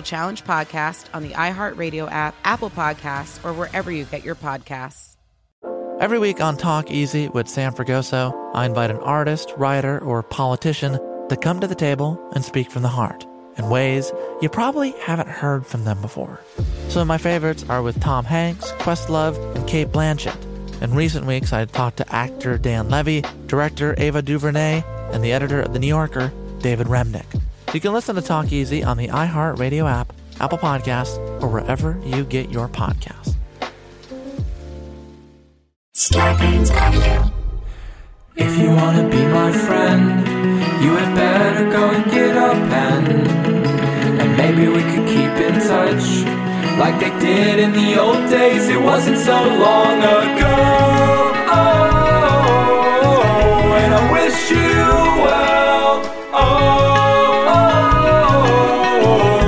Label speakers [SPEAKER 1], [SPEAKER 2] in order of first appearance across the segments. [SPEAKER 1] Challenge podcast on the iHeartRadio app, Apple Podcasts, or wherever you get your podcasts.
[SPEAKER 2] Every week on Talk Easy with Sam Fragoso, I invite an artist, writer, or politician to come to the table and speak from the heart in ways you probably haven't heard from them before. So my favorites are with Tom Hanks, Questlove, and Kate Blanchett. In recent weeks, I talked to actor Dan Levy, director Ava DuVernay, and the editor of The New Yorker, David Remnick. You can listen to Talk Easy on the iHeartRadio app, Apple Podcasts, or wherever you get your podcasts.
[SPEAKER 3] If you wanna be my friend, you had better go and get a pen. And maybe we could keep in touch, like they did in the old days. It wasn't so long ago. Oh, and I wish you well.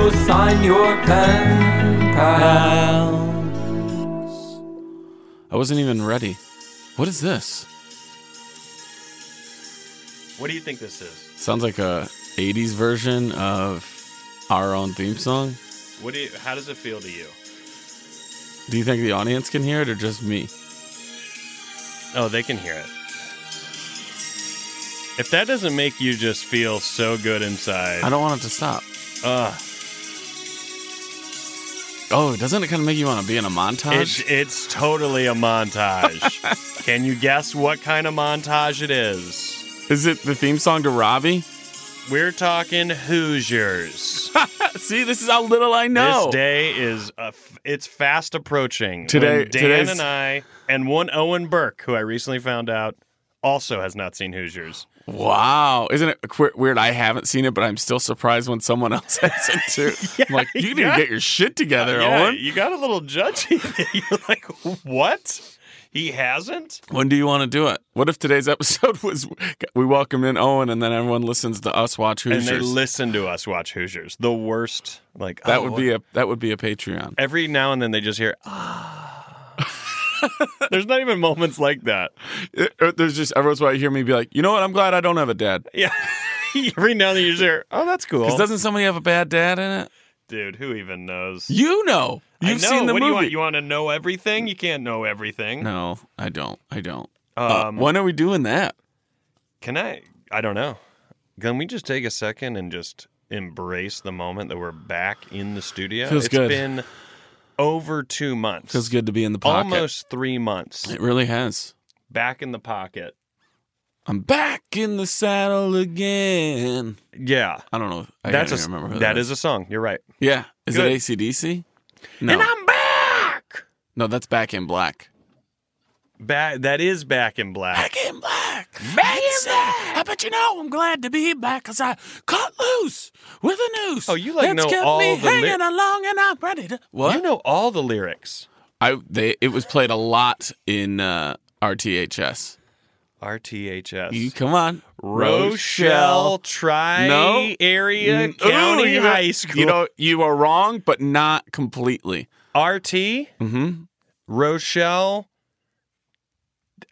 [SPEAKER 3] Oh, sign your pen pal.
[SPEAKER 4] I wasn't even ready. What is this?
[SPEAKER 5] What do you think this is?
[SPEAKER 4] Sounds like a 80s version of our own theme song.
[SPEAKER 5] What do you, how does it feel to you?
[SPEAKER 4] Do you think the audience can hear it or just me?
[SPEAKER 5] Oh, they can hear it. If that doesn't make you just feel so good inside,
[SPEAKER 4] I don't want it to stop.
[SPEAKER 5] Ugh.
[SPEAKER 4] Oh, doesn't it kind of make you want to be in a montage?
[SPEAKER 5] it's it's totally a montage. can you guess what kind of montage it is?
[SPEAKER 4] Is it the theme song to Robbie?
[SPEAKER 5] We're talking Hoosiers.
[SPEAKER 4] See, this is how little I know.
[SPEAKER 5] This day is a f- it's fast approaching.
[SPEAKER 4] Today-
[SPEAKER 5] when Dan
[SPEAKER 4] today's-
[SPEAKER 5] and I and one Owen Burke, who I recently found out also has not seen Hoosiers.
[SPEAKER 4] Wow. Isn't it qu- weird? I haven't seen it, but I'm still surprised when someone else has it too. I'm like, you need
[SPEAKER 5] yeah.
[SPEAKER 4] to get your shit together,
[SPEAKER 5] Yeah,
[SPEAKER 4] Owen.
[SPEAKER 5] You got a little judgy. there. You're like, what? He hasn't?
[SPEAKER 4] When do you want to do it? What if today's episode was we welcome in Owen and then everyone listens to us watch Hoosiers?
[SPEAKER 5] And they listen to us watch Hoosiers. The worst. Like
[SPEAKER 4] that
[SPEAKER 5] oh,
[SPEAKER 4] would be a that would be a Patreon.
[SPEAKER 5] every now and then they just hear. Ah. There's not even moments like that.
[SPEAKER 4] It- or there's just every once in a while you hear me be like, you know what? I'm glad I don't have a dad.
[SPEAKER 5] Yeah. every now and then you just hear, oh, that's cool.
[SPEAKER 4] Because doesn't somebody have a bad dad in it?
[SPEAKER 5] Dude, who even knows?
[SPEAKER 4] You know,
[SPEAKER 5] I
[SPEAKER 4] you've
[SPEAKER 5] know.
[SPEAKER 4] seen the
[SPEAKER 5] what
[SPEAKER 4] movie.
[SPEAKER 5] Do you, want? you want to know everything? You can't know everything.
[SPEAKER 4] no, I don't. I don't. Uh,
[SPEAKER 5] Um,
[SPEAKER 4] when are we doing that?
[SPEAKER 5] Can I? I don't know. Can we just take a second and just embrace the moment that we're back in the studio?
[SPEAKER 4] Feels
[SPEAKER 5] It's
[SPEAKER 4] good.
[SPEAKER 5] been over two months.
[SPEAKER 4] Feels good to be in the pocket.
[SPEAKER 5] Almost three months.
[SPEAKER 4] It really has.
[SPEAKER 5] Back in the pocket.
[SPEAKER 4] I'm back in the saddle again.
[SPEAKER 5] Yeah.
[SPEAKER 4] I don't know. I
[SPEAKER 5] That's
[SPEAKER 4] can't
[SPEAKER 5] a
[SPEAKER 4] even remember. who
[SPEAKER 5] that is a song. You're right.
[SPEAKER 4] Yeah. Is
[SPEAKER 5] Good.
[SPEAKER 4] it ACDC? No.
[SPEAKER 5] And I'm back.
[SPEAKER 4] no, that's Back in Black.
[SPEAKER 5] Back. That is back in black.
[SPEAKER 4] in black. Back in black. But you know, I'm glad to be back because I cut loose with a noose.
[SPEAKER 5] Oh, you, like, It's know kept all me the lyri- hanging
[SPEAKER 4] along and I'm ready to. What?
[SPEAKER 5] You know all the lyrics.
[SPEAKER 4] I they it was played a lot in uh, RTHS.
[SPEAKER 5] RTHS.
[SPEAKER 4] You come on,
[SPEAKER 5] Rochelle Tri
[SPEAKER 4] No.
[SPEAKER 5] Area
[SPEAKER 4] Mm, ooh,
[SPEAKER 5] County
[SPEAKER 4] you know-
[SPEAKER 5] High School.
[SPEAKER 4] You know you are wrong, but not completely.
[SPEAKER 5] RT
[SPEAKER 4] Mm-hmm.
[SPEAKER 5] Rochelle.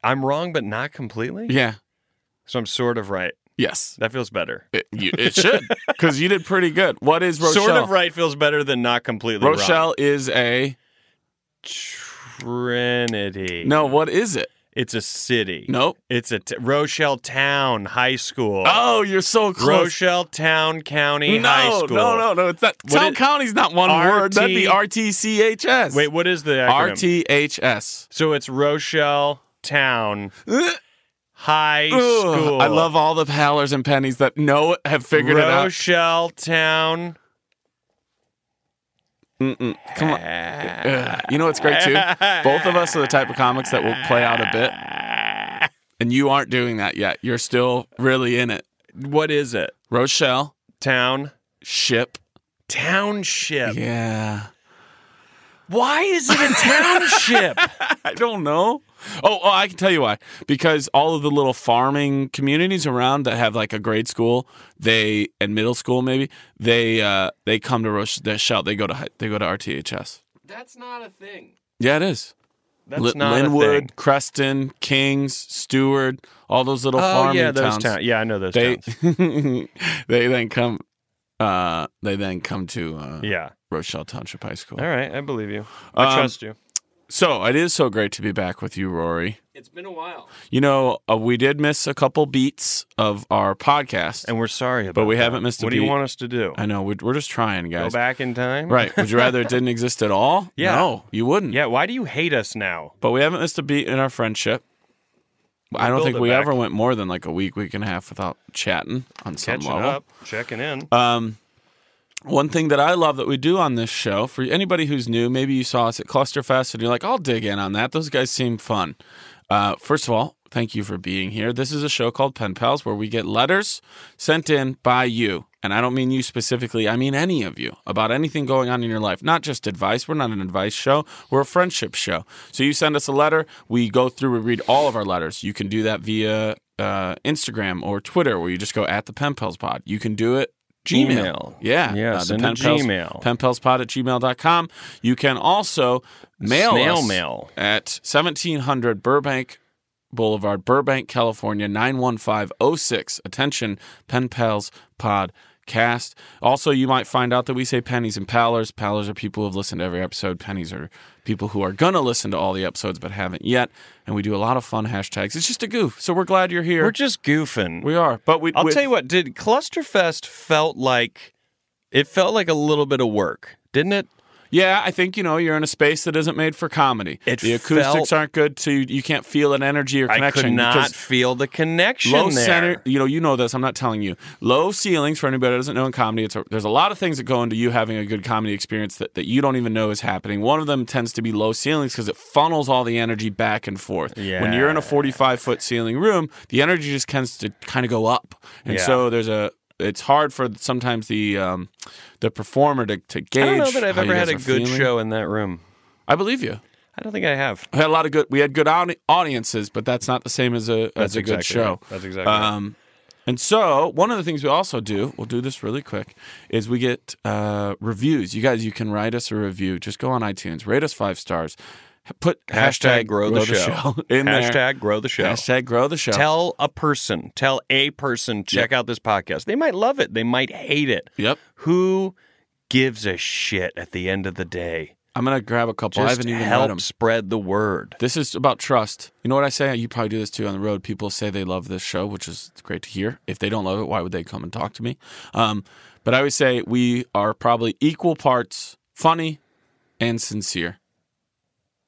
[SPEAKER 5] I'm wrong, but not completely.
[SPEAKER 4] Yeah.
[SPEAKER 5] So I'm sort of right.
[SPEAKER 4] Yes.
[SPEAKER 5] That feels better.
[SPEAKER 4] It, you, it should because you did pretty good. What is Rochelle?
[SPEAKER 5] Sort of right feels better than not completely wrong.
[SPEAKER 4] Rochelle is a
[SPEAKER 5] Trinity.
[SPEAKER 4] no. What is it?
[SPEAKER 5] It's a city.
[SPEAKER 4] Nope.
[SPEAKER 5] It's a t- Rochelle Town High School.
[SPEAKER 4] Oh, you're so close.
[SPEAKER 5] Rochelle Town County
[SPEAKER 4] no,
[SPEAKER 5] High School.
[SPEAKER 4] no, no, no. It's not.
[SPEAKER 5] What
[SPEAKER 4] Town
[SPEAKER 5] it-
[SPEAKER 4] County's not one
[SPEAKER 5] RT
[SPEAKER 4] word. That'd be RTCHS.
[SPEAKER 5] Wait, what is the acronym?
[SPEAKER 4] RTHS.
[SPEAKER 5] So it's Rochelle Town High
[SPEAKER 4] Ugh,
[SPEAKER 5] School.
[SPEAKER 4] I love all the howlers and pennies that know it, have figured
[SPEAKER 5] Rochelle Town.
[SPEAKER 4] it out. Come on. Ugh. You know what's great too? Both of us are the type of comics that will play out a bit. And you aren't doing that yet. You're still really in it.
[SPEAKER 5] What is it?
[SPEAKER 4] Rochelle,
[SPEAKER 5] Town
[SPEAKER 4] ship.
[SPEAKER 5] township.
[SPEAKER 4] Yeah.
[SPEAKER 5] Why is it a township?
[SPEAKER 4] I don't know. Oh, oh, I can tell you why. Because all of the little farming communities around that have like a grade school, they and middle school maybe they uh, they come to Rochelle. They go to hi- they go to RTHS.
[SPEAKER 3] That's not a thing.
[SPEAKER 4] Yeah, it is.
[SPEAKER 5] That's
[SPEAKER 4] Li-
[SPEAKER 5] not
[SPEAKER 4] Linwood,
[SPEAKER 5] a thing.
[SPEAKER 4] Creston, Kings, Steward, all those little
[SPEAKER 5] Oh
[SPEAKER 4] farming
[SPEAKER 5] yeah, those
[SPEAKER 4] towns.
[SPEAKER 5] towns. Yeah, I know those
[SPEAKER 4] They
[SPEAKER 5] towns.
[SPEAKER 4] they then come uh, they then come to uh,
[SPEAKER 5] Yeah.
[SPEAKER 4] Rochelle Township High School.
[SPEAKER 5] All right, I believe you. I
[SPEAKER 4] Um,
[SPEAKER 5] trust you.
[SPEAKER 4] So it is so great to be back with you, Rory.
[SPEAKER 3] It's been a while.
[SPEAKER 4] You know, uh, we did miss a couple beats of our podcast.
[SPEAKER 5] And we're sorry about
[SPEAKER 4] But we
[SPEAKER 5] that.
[SPEAKER 4] haven't missed a
[SPEAKER 5] What do you
[SPEAKER 4] beat.
[SPEAKER 5] want us to do?
[SPEAKER 4] I know we're, we're just trying,
[SPEAKER 5] Go
[SPEAKER 4] guys.
[SPEAKER 5] back in time?
[SPEAKER 4] Right? Would you rather it didn't exist at all?
[SPEAKER 5] Yeah.
[SPEAKER 4] No, you wouldn't.
[SPEAKER 5] Yeah, why do you hate us now?
[SPEAKER 4] But we haven't missed a beat in our friendship. I don't
[SPEAKER 5] build
[SPEAKER 4] think
[SPEAKER 5] it
[SPEAKER 4] we
[SPEAKER 5] back.
[SPEAKER 4] ever went more than like a week, week and a half without chatting on some
[SPEAKER 5] Catching
[SPEAKER 4] level.
[SPEAKER 5] up, checking in.
[SPEAKER 4] Um, one thing that I love that we do on this show for anybody who's new, maybe you saw us at Clusterfest and you're like, I'll dig in on that. Those guys seem fun. Uh, first of all, thank you for being here. This is a show called Pen Pals where we get letters sent in by you. And I don't mean you specifically, I mean any of you about anything going on in your life, not just advice. We're not an advice show, we're a friendship show. So you send us a letter, we go through, we read all of our letters. You can do that via uh, Instagram or Twitter where you just go at the Pen Pals Pod. You can do it Gmail.
[SPEAKER 5] Email.
[SPEAKER 4] Yeah. Uh,
[SPEAKER 5] Yeah,
[SPEAKER 4] the
[SPEAKER 5] send a
[SPEAKER 4] pen pals-
[SPEAKER 5] Gmail.
[SPEAKER 4] Penpalspod at gmail.com. You can also mail
[SPEAKER 5] Snail
[SPEAKER 4] us
[SPEAKER 5] mail.
[SPEAKER 4] at 1700 Burbank Boulevard, Burbank, California, 91506. Attention, Pen Pals Podcast. Also, you might find out that we say pennies and pallers. Pallers are people who have listened to every episode. Pennies are people who are going to listen to all the episodes but haven't yet. And we do a lot of fun hashtags. It's just a goof. So we're glad you're here.
[SPEAKER 5] We're just goofing.
[SPEAKER 4] We are. But we,
[SPEAKER 5] I'll
[SPEAKER 4] we-
[SPEAKER 5] tell you what, did Clusterfest felt like it felt like a little bit of work, didn't it?
[SPEAKER 4] Yeah, I think you know you're in a space that isn't made for comedy.
[SPEAKER 5] It
[SPEAKER 4] the acoustics
[SPEAKER 5] felt-
[SPEAKER 4] aren't good, so you, you can't feel an energy or
[SPEAKER 5] I
[SPEAKER 4] connection.
[SPEAKER 5] could not
[SPEAKER 4] because
[SPEAKER 5] feel the connection
[SPEAKER 4] low
[SPEAKER 5] there.
[SPEAKER 4] center. You know, you know this. I'm not telling you. Low ceilings for anybody that doesn't know in comedy. It's a, there's a lot of things that go into you having a good comedy experience that, that you don't even know is happening. One of them tends to be low ceilings because it funnels all the energy back and forth. When you're in a 45 foot ceiling room, the energy just tends to kind of go up, and
[SPEAKER 5] Yeah.
[SPEAKER 4] so there's a. It's hard for sometimes the um, the performer to, to gauge.
[SPEAKER 5] I don't know that I've
[SPEAKER 4] how you
[SPEAKER 5] ever had
[SPEAKER 4] guys
[SPEAKER 5] a
[SPEAKER 4] are
[SPEAKER 5] good
[SPEAKER 4] feeling.
[SPEAKER 5] show in that room.
[SPEAKER 4] I believe you.
[SPEAKER 5] I don't think I have.
[SPEAKER 4] We had a lot of good. We had good audi- audiences, but that's not the same as a as
[SPEAKER 5] That's
[SPEAKER 4] a good
[SPEAKER 5] exactly
[SPEAKER 4] show.
[SPEAKER 5] right. That's exactly right.
[SPEAKER 4] Um, and so one of the things we also do, we'll do this really quick, is we get uh, reviews. You guys, you can write us a review. Just go on iTunes, rate us five stars, h- put hashtag,
[SPEAKER 5] grow, the, show.
[SPEAKER 4] in
[SPEAKER 5] hashtag
[SPEAKER 4] there.
[SPEAKER 5] grow the show.
[SPEAKER 4] Hashtag grow the show.
[SPEAKER 5] Tell a person, tell a person, check out this podcast. They might love it. They might hate it.
[SPEAKER 4] yep.
[SPEAKER 5] Who gives a shit at the end of the day?
[SPEAKER 4] I'm gonna grab a couple.
[SPEAKER 5] Just
[SPEAKER 4] I haven't even read
[SPEAKER 5] help
[SPEAKER 4] them.
[SPEAKER 5] spread the word.
[SPEAKER 4] This is about trust. You know what I say? You probably do this too on the road. People say they love this show, which is great to hear. If they don't love it, why would they come and talk to me? Um, but I would say we are probably equal parts funny and sincere.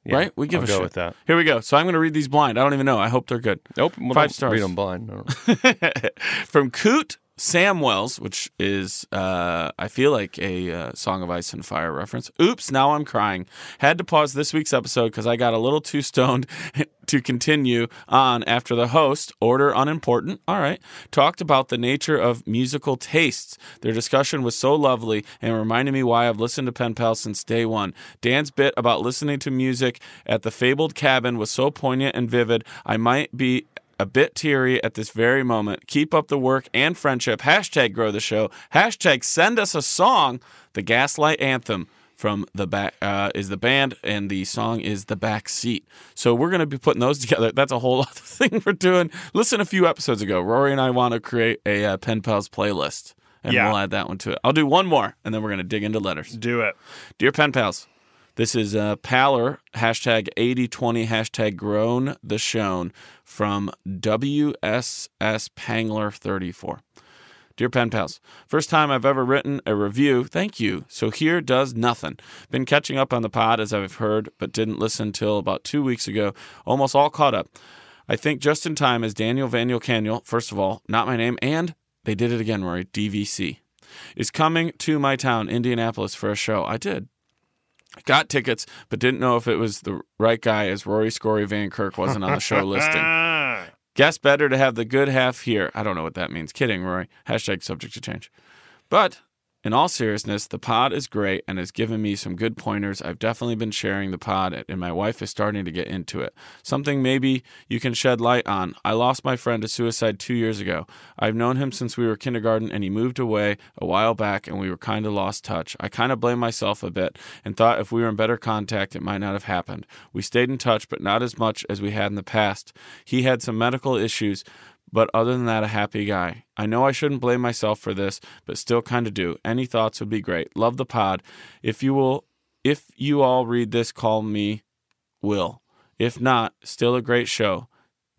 [SPEAKER 5] Yeah,
[SPEAKER 4] right? We give
[SPEAKER 5] I'll
[SPEAKER 4] a
[SPEAKER 5] go
[SPEAKER 4] shit.
[SPEAKER 5] with that.
[SPEAKER 4] Here we go. So I'm going to read these blind. I don't even know. I hope they're good.
[SPEAKER 5] Nope. Well,
[SPEAKER 4] Five
[SPEAKER 5] don't
[SPEAKER 4] stars.
[SPEAKER 5] Read them blind. I don't know.
[SPEAKER 4] From Coot Samwells, which is, uh, I feel like a uh, Song of Ice and Fire reference. Oops, now I'm crying. Had to pause this week's episode because I got a little too stoned to continue on after the host, order unimportant, all right, talked about the nature of musical tastes. Their discussion was so lovely and reminded me why I've listened to Pen Pal since day one. Dan's bit about listening to music at the fabled cabin was so poignant and vivid. I might be a bit teary at this very moment. Keep up the work and friendship. Hashtag grow the show. Hashtag send us a song. The Gaslight Anthem from the back uh, is the band, and the song is the back seat. So we're gonna be putting those together. That's a whole other thing we're doing. Listen, a few episodes ago, Rory and I want to create a uh, pen pals playlist, and
[SPEAKER 5] Yeah.
[SPEAKER 4] we'll add that one to it. I'll do one more, and then we're gonna dig into letters.
[SPEAKER 5] Do it.
[SPEAKER 4] Dear Pen Pals, This is uh, Paler, hashtag 8020, hashtag grown the shown from WSS Pangler 34. Dear pen pals, first time I've ever written a review. Thank you. So here does nothing. Been catching up on the pod as I've heard, but didn't listen till about two weeks ago. Almost all caught up. I think just in time as Daniel Vaniel Caniel, first of all, not my name, and they did it again, Rory, DVC, is coming to my town, Indianapolis, for a show. I did. Got tickets, but didn't know if it was the right guy as Rory Scory Van Kirk wasn't on the show listing.
[SPEAKER 5] Ah,
[SPEAKER 4] Guess better to have the good half here. I don't know what that means. Kidding, Roy. Hashtag subject to change. But in all seriousness, the pod is great and has given me some good pointers. I've definitely been sharing the pod, and my wife is starting to get into it. Something maybe you can shed light on. I lost my friend to suicide two years ago. I've known him since we were kindergarten, and he moved away a while back, and we were kind of lost touch. I kind of blame myself a bit and thought if we were in better contact, it might not have happened. We stayed in touch, but not as much as we had in the past. He had some medical issues, but other than that, a happy guy. I know I shouldn't blame myself for this, but still kind of do. Any thoughts would be great. Love the pod. If you will, if you all read this, call me Will. If not, still a great show.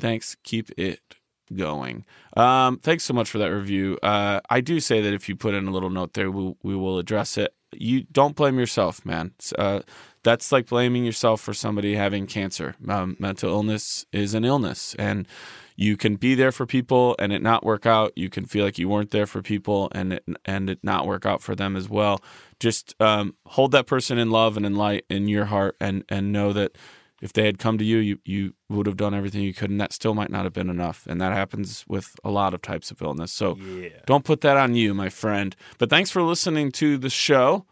[SPEAKER 4] Thanks. Keep it going. Um, thanks so much for that review. Uh, I do say that if you put in a little note there, we, we will address it. You don't blame yourself, man. It's, Uh, that's like blaming yourself for somebody having cancer. Um, mental illness is an illness, and you can be there for people and it not work out. You can feel like you weren't there for people and it, and it not work out for them as well. Just um, hold that person in love and in light in your heart, and and know that if they had come to you, you you would have done everything you could, and that still might not have been enough. And that happens with a lot of types of illness. So don't put that on you, my friend. But thanks for listening to the show.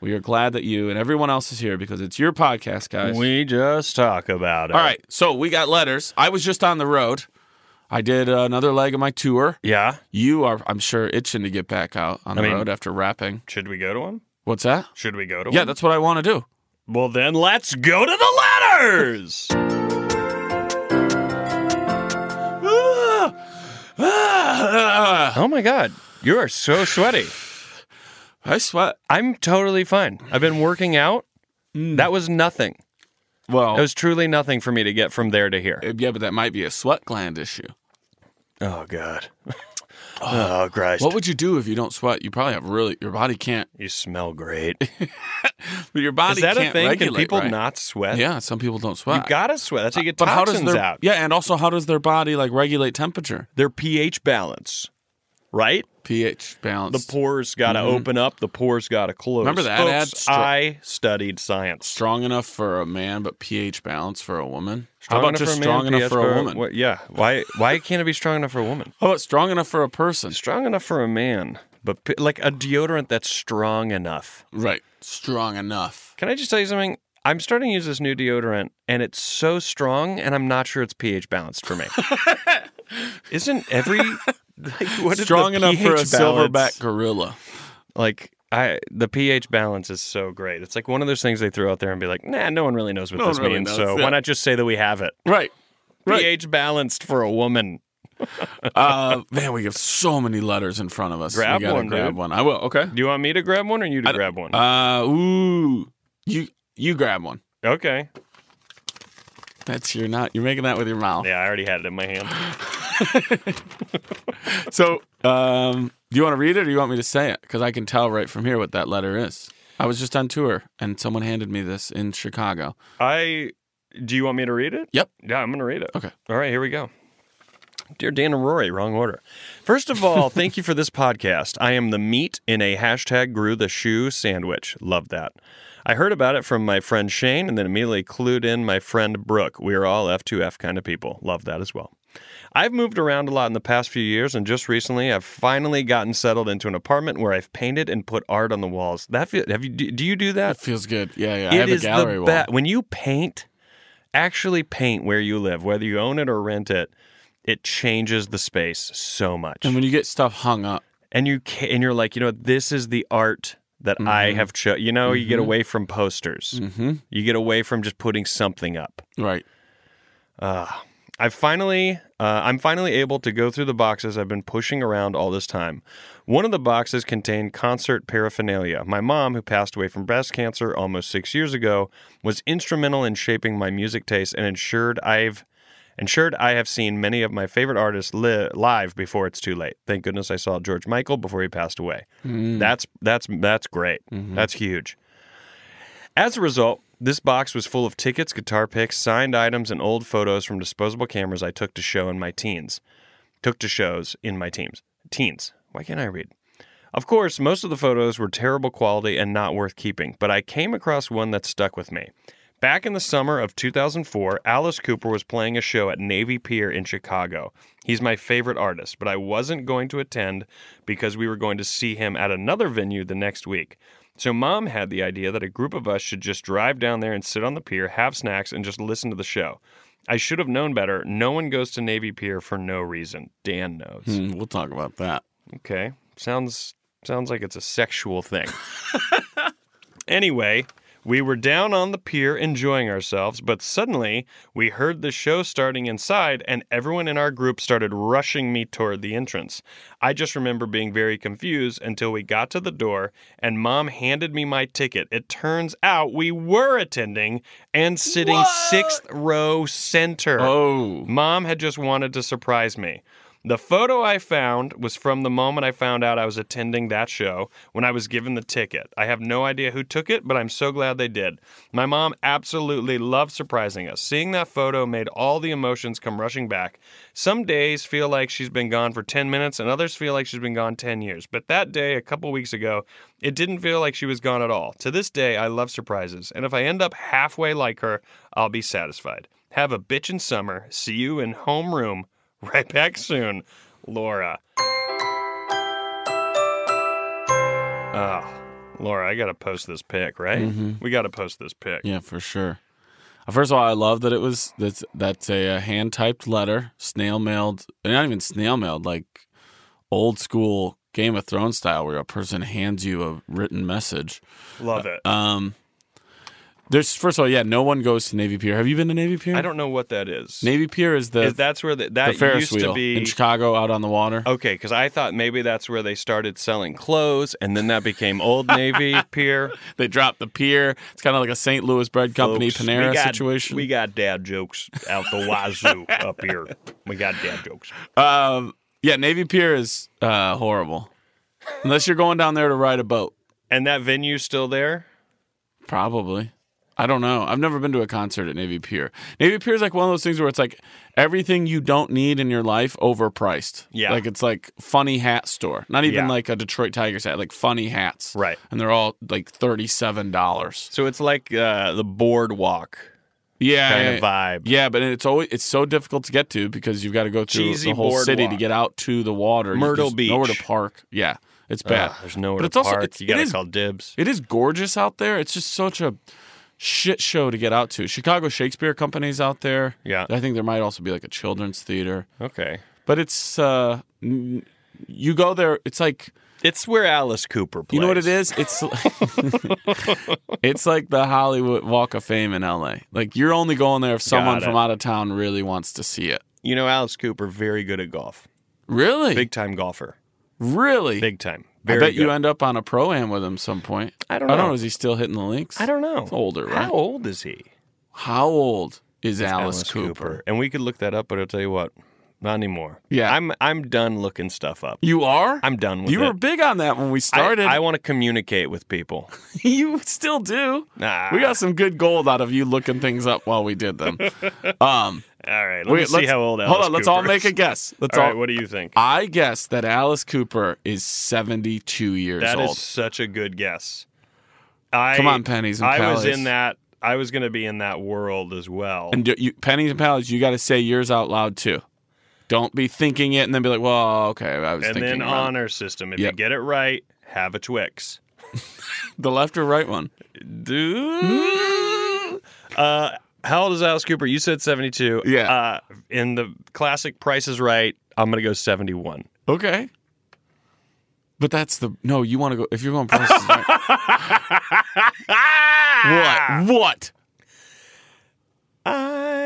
[SPEAKER 4] We are glad that you and everyone else is here because it's your podcast, guys.
[SPEAKER 5] we just talk about it.
[SPEAKER 4] All right, so we got letters. I was just on the road. I did uh, another leg of my tour.
[SPEAKER 5] Yeah.
[SPEAKER 4] You are, I'm sure, itching to get back out on the
[SPEAKER 5] mean-
[SPEAKER 4] road after rapping.
[SPEAKER 5] Should we go to one?
[SPEAKER 4] What's that?
[SPEAKER 5] Should we go to
[SPEAKER 4] Yeah,
[SPEAKER 5] one?
[SPEAKER 4] that's what I want to do.
[SPEAKER 5] Well, then let's go to the letters.
[SPEAKER 4] Ah,
[SPEAKER 5] oh my God. You are so sweaty.
[SPEAKER 4] I sweat. Mm.
[SPEAKER 5] I'm totally fine. I've been working out. That was nothing.
[SPEAKER 4] Well,
[SPEAKER 5] That was truly nothing for me to get from there to here.
[SPEAKER 4] yeah, but that might be a sweat gland issue.
[SPEAKER 5] Oh God. oh Christ.
[SPEAKER 4] What would you do if you don't sweat? You probably have really your body can't.
[SPEAKER 5] you smell great.
[SPEAKER 4] But your body
[SPEAKER 5] Is that
[SPEAKER 4] can't
[SPEAKER 5] a thing? Can
[SPEAKER 4] regulate.
[SPEAKER 5] people
[SPEAKER 4] right?
[SPEAKER 5] not sweat?
[SPEAKER 4] Yeah, some people don't
[SPEAKER 5] You
[SPEAKER 4] sweat.
[SPEAKER 5] gotta sweat. That's how you get
[SPEAKER 4] but how does
[SPEAKER 5] toxins
[SPEAKER 4] their
[SPEAKER 5] out.
[SPEAKER 4] yeah, and also how does their body like regulate temperature,
[SPEAKER 5] Their pH balance, right?
[SPEAKER 4] pH
[SPEAKER 5] The
[SPEAKER 4] balance?
[SPEAKER 5] pores gotta open up. The pores gotta close.
[SPEAKER 4] Mm-hmm. Remember that
[SPEAKER 5] Folks,
[SPEAKER 4] ad? Str-
[SPEAKER 5] I studied science.
[SPEAKER 4] strong enough for a man, but pH balance for a woman.
[SPEAKER 5] Strong
[SPEAKER 4] How about
[SPEAKER 5] enough
[SPEAKER 4] just
[SPEAKER 5] for a man,
[SPEAKER 4] strong enough
[SPEAKER 5] pH
[SPEAKER 4] for a woman?
[SPEAKER 5] what- yeah. Why? Why can't it be strong enough for a woman?
[SPEAKER 4] How about strong enough for a person?
[SPEAKER 5] Strong enough for a man, but p- like a deodorant that's strong enough.
[SPEAKER 4] Right, strong enough.
[SPEAKER 5] Can I just tell you something? I'm starting to use this new deodorant, and it's so strong, and I'm not sure it's pH balanced for me. Isn't every like what is
[SPEAKER 4] strong
[SPEAKER 5] the
[SPEAKER 4] enough for a
[SPEAKER 5] pH balance?
[SPEAKER 4] silverback gorilla.
[SPEAKER 5] Like I, the pH balance is so great. It's like one of those things they throw out there and be like, "Nah, no one really knows what
[SPEAKER 4] No
[SPEAKER 5] this
[SPEAKER 4] one really
[SPEAKER 5] means."
[SPEAKER 4] knows,
[SPEAKER 5] so
[SPEAKER 4] yeah.
[SPEAKER 5] why not just say that we have it?
[SPEAKER 4] Right. Right.
[SPEAKER 5] pH balanced for a woman.
[SPEAKER 4] Uh, man, we have so many letters in front of us.
[SPEAKER 5] Grab
[SPEAKER 4] we gotta
[SPEAKER 5] one,
[SPEAKER 4] grab
[SPEAKER 5] dude.
[SPEAKER 4] one. I will. Okay.
[SPEAKER 5] Do you want me to grab one or you to grab one?
[SPEAKER 4] Uh, ooh, you you grab one.
[SPEAKER 5] okay.
[SPEAKER 4] That's you're not you're making that with your mouth.
[SPEAKER 5] Yeah, I already had it in my hand.
[SPEAKER 4] So, um, do you want to read it or do you want me to say it? Because I can tell right from here what that letter is. I was just on tour and someone handed me this in Chicago.
[SPEAKER 5] I. Do you want me to read it?
[SPEAKER 4] Yep.
[SPEAKER 5] Yeah, I'm going to read it.
[SPEAKER 4] Okay.
[SPEAKER 5] All right, here we go. Dear Dan and Rory, wrong order. First of all, thank you for this podcast. I am the meat in a hashtag grew the shoe sandwich. Love that. I heard about it from my friend Shane and then immediately clued in my friend Brooke. We are all F2F kind of people. Love that as well. I've moved around a lot in the past few years, and just recently I've finally gotten settled into an apartment where I've painted and put art on the walls. That feel, have you do do you do that?
[SPEAKER 4] That feels good. Yeah, yeah. I
[SPEAKER 5] It
[SPEAKER 4] have a
[SPEAKER 5] is
[SPEAKER 4] gallery
[SPEAKER 5] the
[SPEAKER 4] wall.
[SPEAKER 5] be- When you paint, actually paint where you live, whether you own it or rent it, it changes the space so much.
[SPEAKER 4] And when you get stuff hung up,
[SPEAKER 5] And you ca- and you're like, you know, this is the art that I have cho You know, you get away from posters.
[SPEAKER 4] mm-hmm.
[SPEAKER 5] You get away from just putting something up.
[SPEAKER 4] right?
[SPEAKER 5] Ah, I finally, uh, I'm finally able to go through the boxes I've been pushing around all this time. One of the boxes contained concert paraphernalia. My mom, who passed away from breast cancer almost six years ago, was instrumental in shaping my music taste and ensured I've ensured I have seen many of my favorite artists li- live before it's too late. Thank goodness I saw George Michael before he passed away. That's that's that's great. That's huge. As a result, this box was full of tickets, guitar picks, signed items, and old photos from disposable cameras I took to show in my teens. Took to shows in my teens. Teens. Why can't I read? Of course, most of the photos were terrible quality and not worth keeping, but I came across one that stuck with me. Back in the summer of 2004, Alice Cooper was playing a show at Navy Pier in Chicago. He's my favorite artist, but I wasn't going to attend because we were going to see him at another venue the next week. So, mom had the idea that a group of us should just drive down there and sit on the pier, have snacks, and just listen to the show. I should have known better. No one goes to Navy Pier for no reason. Dan knows.
[SPEAKER 4] Mm, we'll talk about that.
[SPEAKER 5] Okay. Sounds sounds like it's a sexual thing. anyway, we were down on the pier enjoying ourselves, but suddenly we heard the show starting inside and everyone in our group started rushing me toward the entrance. I just remember being very confused until we got to the door and mom handed me my ticket. It turns out we were attending and sitting 6th row center.
[SPEAKER 4] Oh.
[SPEAKER 5] Mom had just wanted to surprise me. The photo I found was from the moment I found out I was attending that show when I was given the ticket. I have no idea who took it, but I'm so glad they did. My mom absolutely loved surprising us. Seeing that photo made all the emotions come rushing back. Some days feel like she's been gone for 10 minutes, and others feel like she's been gone 10 years. But that day, a couple weeks ago, it didn't feel like she was gone at all. To this day, I love surprises, and if I end up halfway like her, I'll be satisfied. Have a bitchin' summer. See you in homeroom. Right back soon, Laura. Oh, Laura, I got to post this pic, right? We got to post this pic.
[SPEAKER 4] Mm-hmm. Yeah, for sure. Uh, First of all, I love that it was that's that's a, uh hand typed letter, snail mailed, not even snail mailed, like old school Game of Thrones style, where a person hands you a written message.
[SPEAKER 5] Love it.
[SPEAKER 4] Um, there's first of all, yeah, no one goes to Navy Pier. Have you been to Navy Pier?
[SPEAKER 5] I don't know what that is.
[SPEAKER 4] Navy Pier is the
[SPEAKER 5] Is that's where the,
[SPEAKER 4] uh, the
[SPEAKER 5] that
[SPEAKER 4] Ferris
[SPEAKER 5] used
[SPEAKER 4] wheel
[SPEAKER 5] to be Oh.
[SPEAKER 4] in Chicago out on the water.
[SPEAKER 5] Okay, because I thought maybe that's where they started selling clothes, and then that became Old Navy Pier.
[SPEAKER 4] They dropped the pier. It's kind of like a St. Louis bread company
[SPEAKER 5] Folks,
[SPEAKER 4] Panera
[SPEAKER 5] we got,
[SPEAKER 4] situation.
[SPEAKER 5] We got dad jokes out the wazoo up here. We got dad jokes.
[SPEAKER 4] um, yeah, Navy Pier is uh, horrible. Unless you're going down there to ride a boat,
[SPEAKER 5] And that venue's still there?
[SPEAKER 4] probably. I don't know. I've never been to a concert at Navy Pier. Navy Pier is like one of those things where it's like everything you don't need in your life overpriced.
[SPEAKER 5] Yeah.
[SPEAKER 4] like it's like funny hat store. Not even
[SPEAKER 5] Yeah.
[SPEAKER 4] like a Detroit Tigers hat. Like funny hats.
[SPEAKER 5] Right.
[SPEAKER 4] And they're all like thirty seven dollars.
[SPEAKER 5] So it's like uh, the boardwalk
[SPEAKER 4] Yeah.
[SPEAKER 5] kind
[SPEAKER 4] yeah,
[SPEAKER 5] of vibe.
[SPEAKER 4] Yeah, but it's always it's so difficult to get to because you've got to go through
[SPEAKER 5] Cheesy
[SPEAKER 4] the whole city to
[SPEAKER 5] boardwalk.
[SPEAKER 4] get out to the water. You
[SPEAKER 5] Myrtle
[SPEAKER 4] just Nowhere
[SPEAKER 5] Beach.
[SPEAKER 4] to park. Yeah, it's bad.
[SPEAKER 5] Ugh, there's nowhere
[SPEAKER 4] But
[SPEAKER 5] to
[SPEAKER 4] it's also-
[SPEAKER 5] park.
[SPEAKER 4] it's-
[SPEAKER 5] you
[SPEAKER 4] it
[SPEAKER 5] gotta
[SPEAKER 4] is-
[SPEAKER 5] call dibs.
[SPEAKER 4] it is gorgeous out there. It's just such a shit show to get out to. Chicago Shakespeare Company's out there.
[SPEAKER 5] Yeah.
[SPEAKER 4] I think there might also be like a children's theater,
[SPEAKER 5] Okay.
[SPEAKER 4] but it's uh, n- you go there. It's like
[SPEAKER 5] It's where Alice Cooper plays.
[SPEAKER 4] you know what it is. It's it's like the Hollywood Walk of Fame in L.A. Like you're only going there if someone
[SPEAKER 5] Got it.
[SPEAKER 4] from out of town really wants to see it.
[SPEAKER 5] You know Alice Cooper, very good at golf.
[SPEAKER 4] Really,
[SPEAKER 5] Big time golfer.
[SPEAKER 4] really
[SPEAKER 5] Big time.
[SPEAKER 4] I
[SPEAKER 5] Very
[SPEAKER 4] bet you
[SPEAKER 5] good.
[SPEAKER 4] end up on a pro am with him some point.
[SPEAKER 5] I don't
[SPEAKER 4] I don't
[SPEAKER 5] know.
[SPEAKER 4] know. Is he still hitting the links?
[SPEAKER 5] I don't know.
[SPEAKER 4] He's older, right?
[SPEAKER 5] How old is he?
[SPEAKER 4] How old is Alice, Cooper?
[SPEAKER 5] And we could look that up, but I'll tell you what, not anymore.
[SPEAKER 4] Yeah.
[SPEAKER 5] I'm I'm done looking stuff up.
[SPEAKER 4] You are?
[SPEAKER 5] I'm done with
[SPEAKER 4] You
[SPEAKER 5] it.
[SPEAKER 4] were big on that when we
[SPEAKER 5] I-
[SPEAKER 4] started.
[SPEAKER 5] I, want to communicate with people.
[SPEAKER 4] you still do.
[SPEAKER 5] Nah.
[SPEAKER 4] We got some good gold out of you looking things up while we did them. Um,
[SPEAKER 5] All right. Let
[SPEAKER 4] wait,
[SPEAKER 5] me see
[SPEAKER 4] let's-
[SPEAKER 5] how old. Alice
[SPEAKER 4] Hold on. Let's all
[SPEAKER 5] Cooper
[SPEAKER 4] make a
[SPEAKER 5] is.
[SPEAKER 4] guess. Let's
[SPEAKER 5] All
[SPEAKER 4] all.
[SPEAKER 5] right. What do you think?
[SPEAKER 4] I guess that Alice Cooper is 72 years
[SPEAKER 5] That
[SPEAKER 4] old.
[SPEAKER 5] is such a good guess. I
[SPEAKER 4] Come on, pennies and
[SPEAKER 5] I was
[SPEAKER 4] Pallies.
[SPEAKER 5] in that. I was going to be in that world as well.
[SPEAKER 4] And do, you, pennies and pallets, you got to say yours out loud too. Don't be thinking it and then be like, "Well, okay, I was
[SPEAKER 5] And
[SPEAKER 4] thinking."
[SPEAKER 5] then
[SPEAKER 4] about it."
[SPEAKER 5] honor system. If
[SPEAKER 4] Yep.
[SPEAKER 5] you get it right, have a Twix.
[SPEAKER 4] the left or right one.
[SPEAKER 5] Dude. Uh, how old is Alice Cooper? You said 72.
[SPEAKER 4] Yeah.
[SPEAKER 5] Uh, in the classic Price is Right, I'm going to go 71.
[SPEAKER 4] Okay. But that's the no. You want to go if you're going prices. right. what? What?
[SPEAKER 5] I'm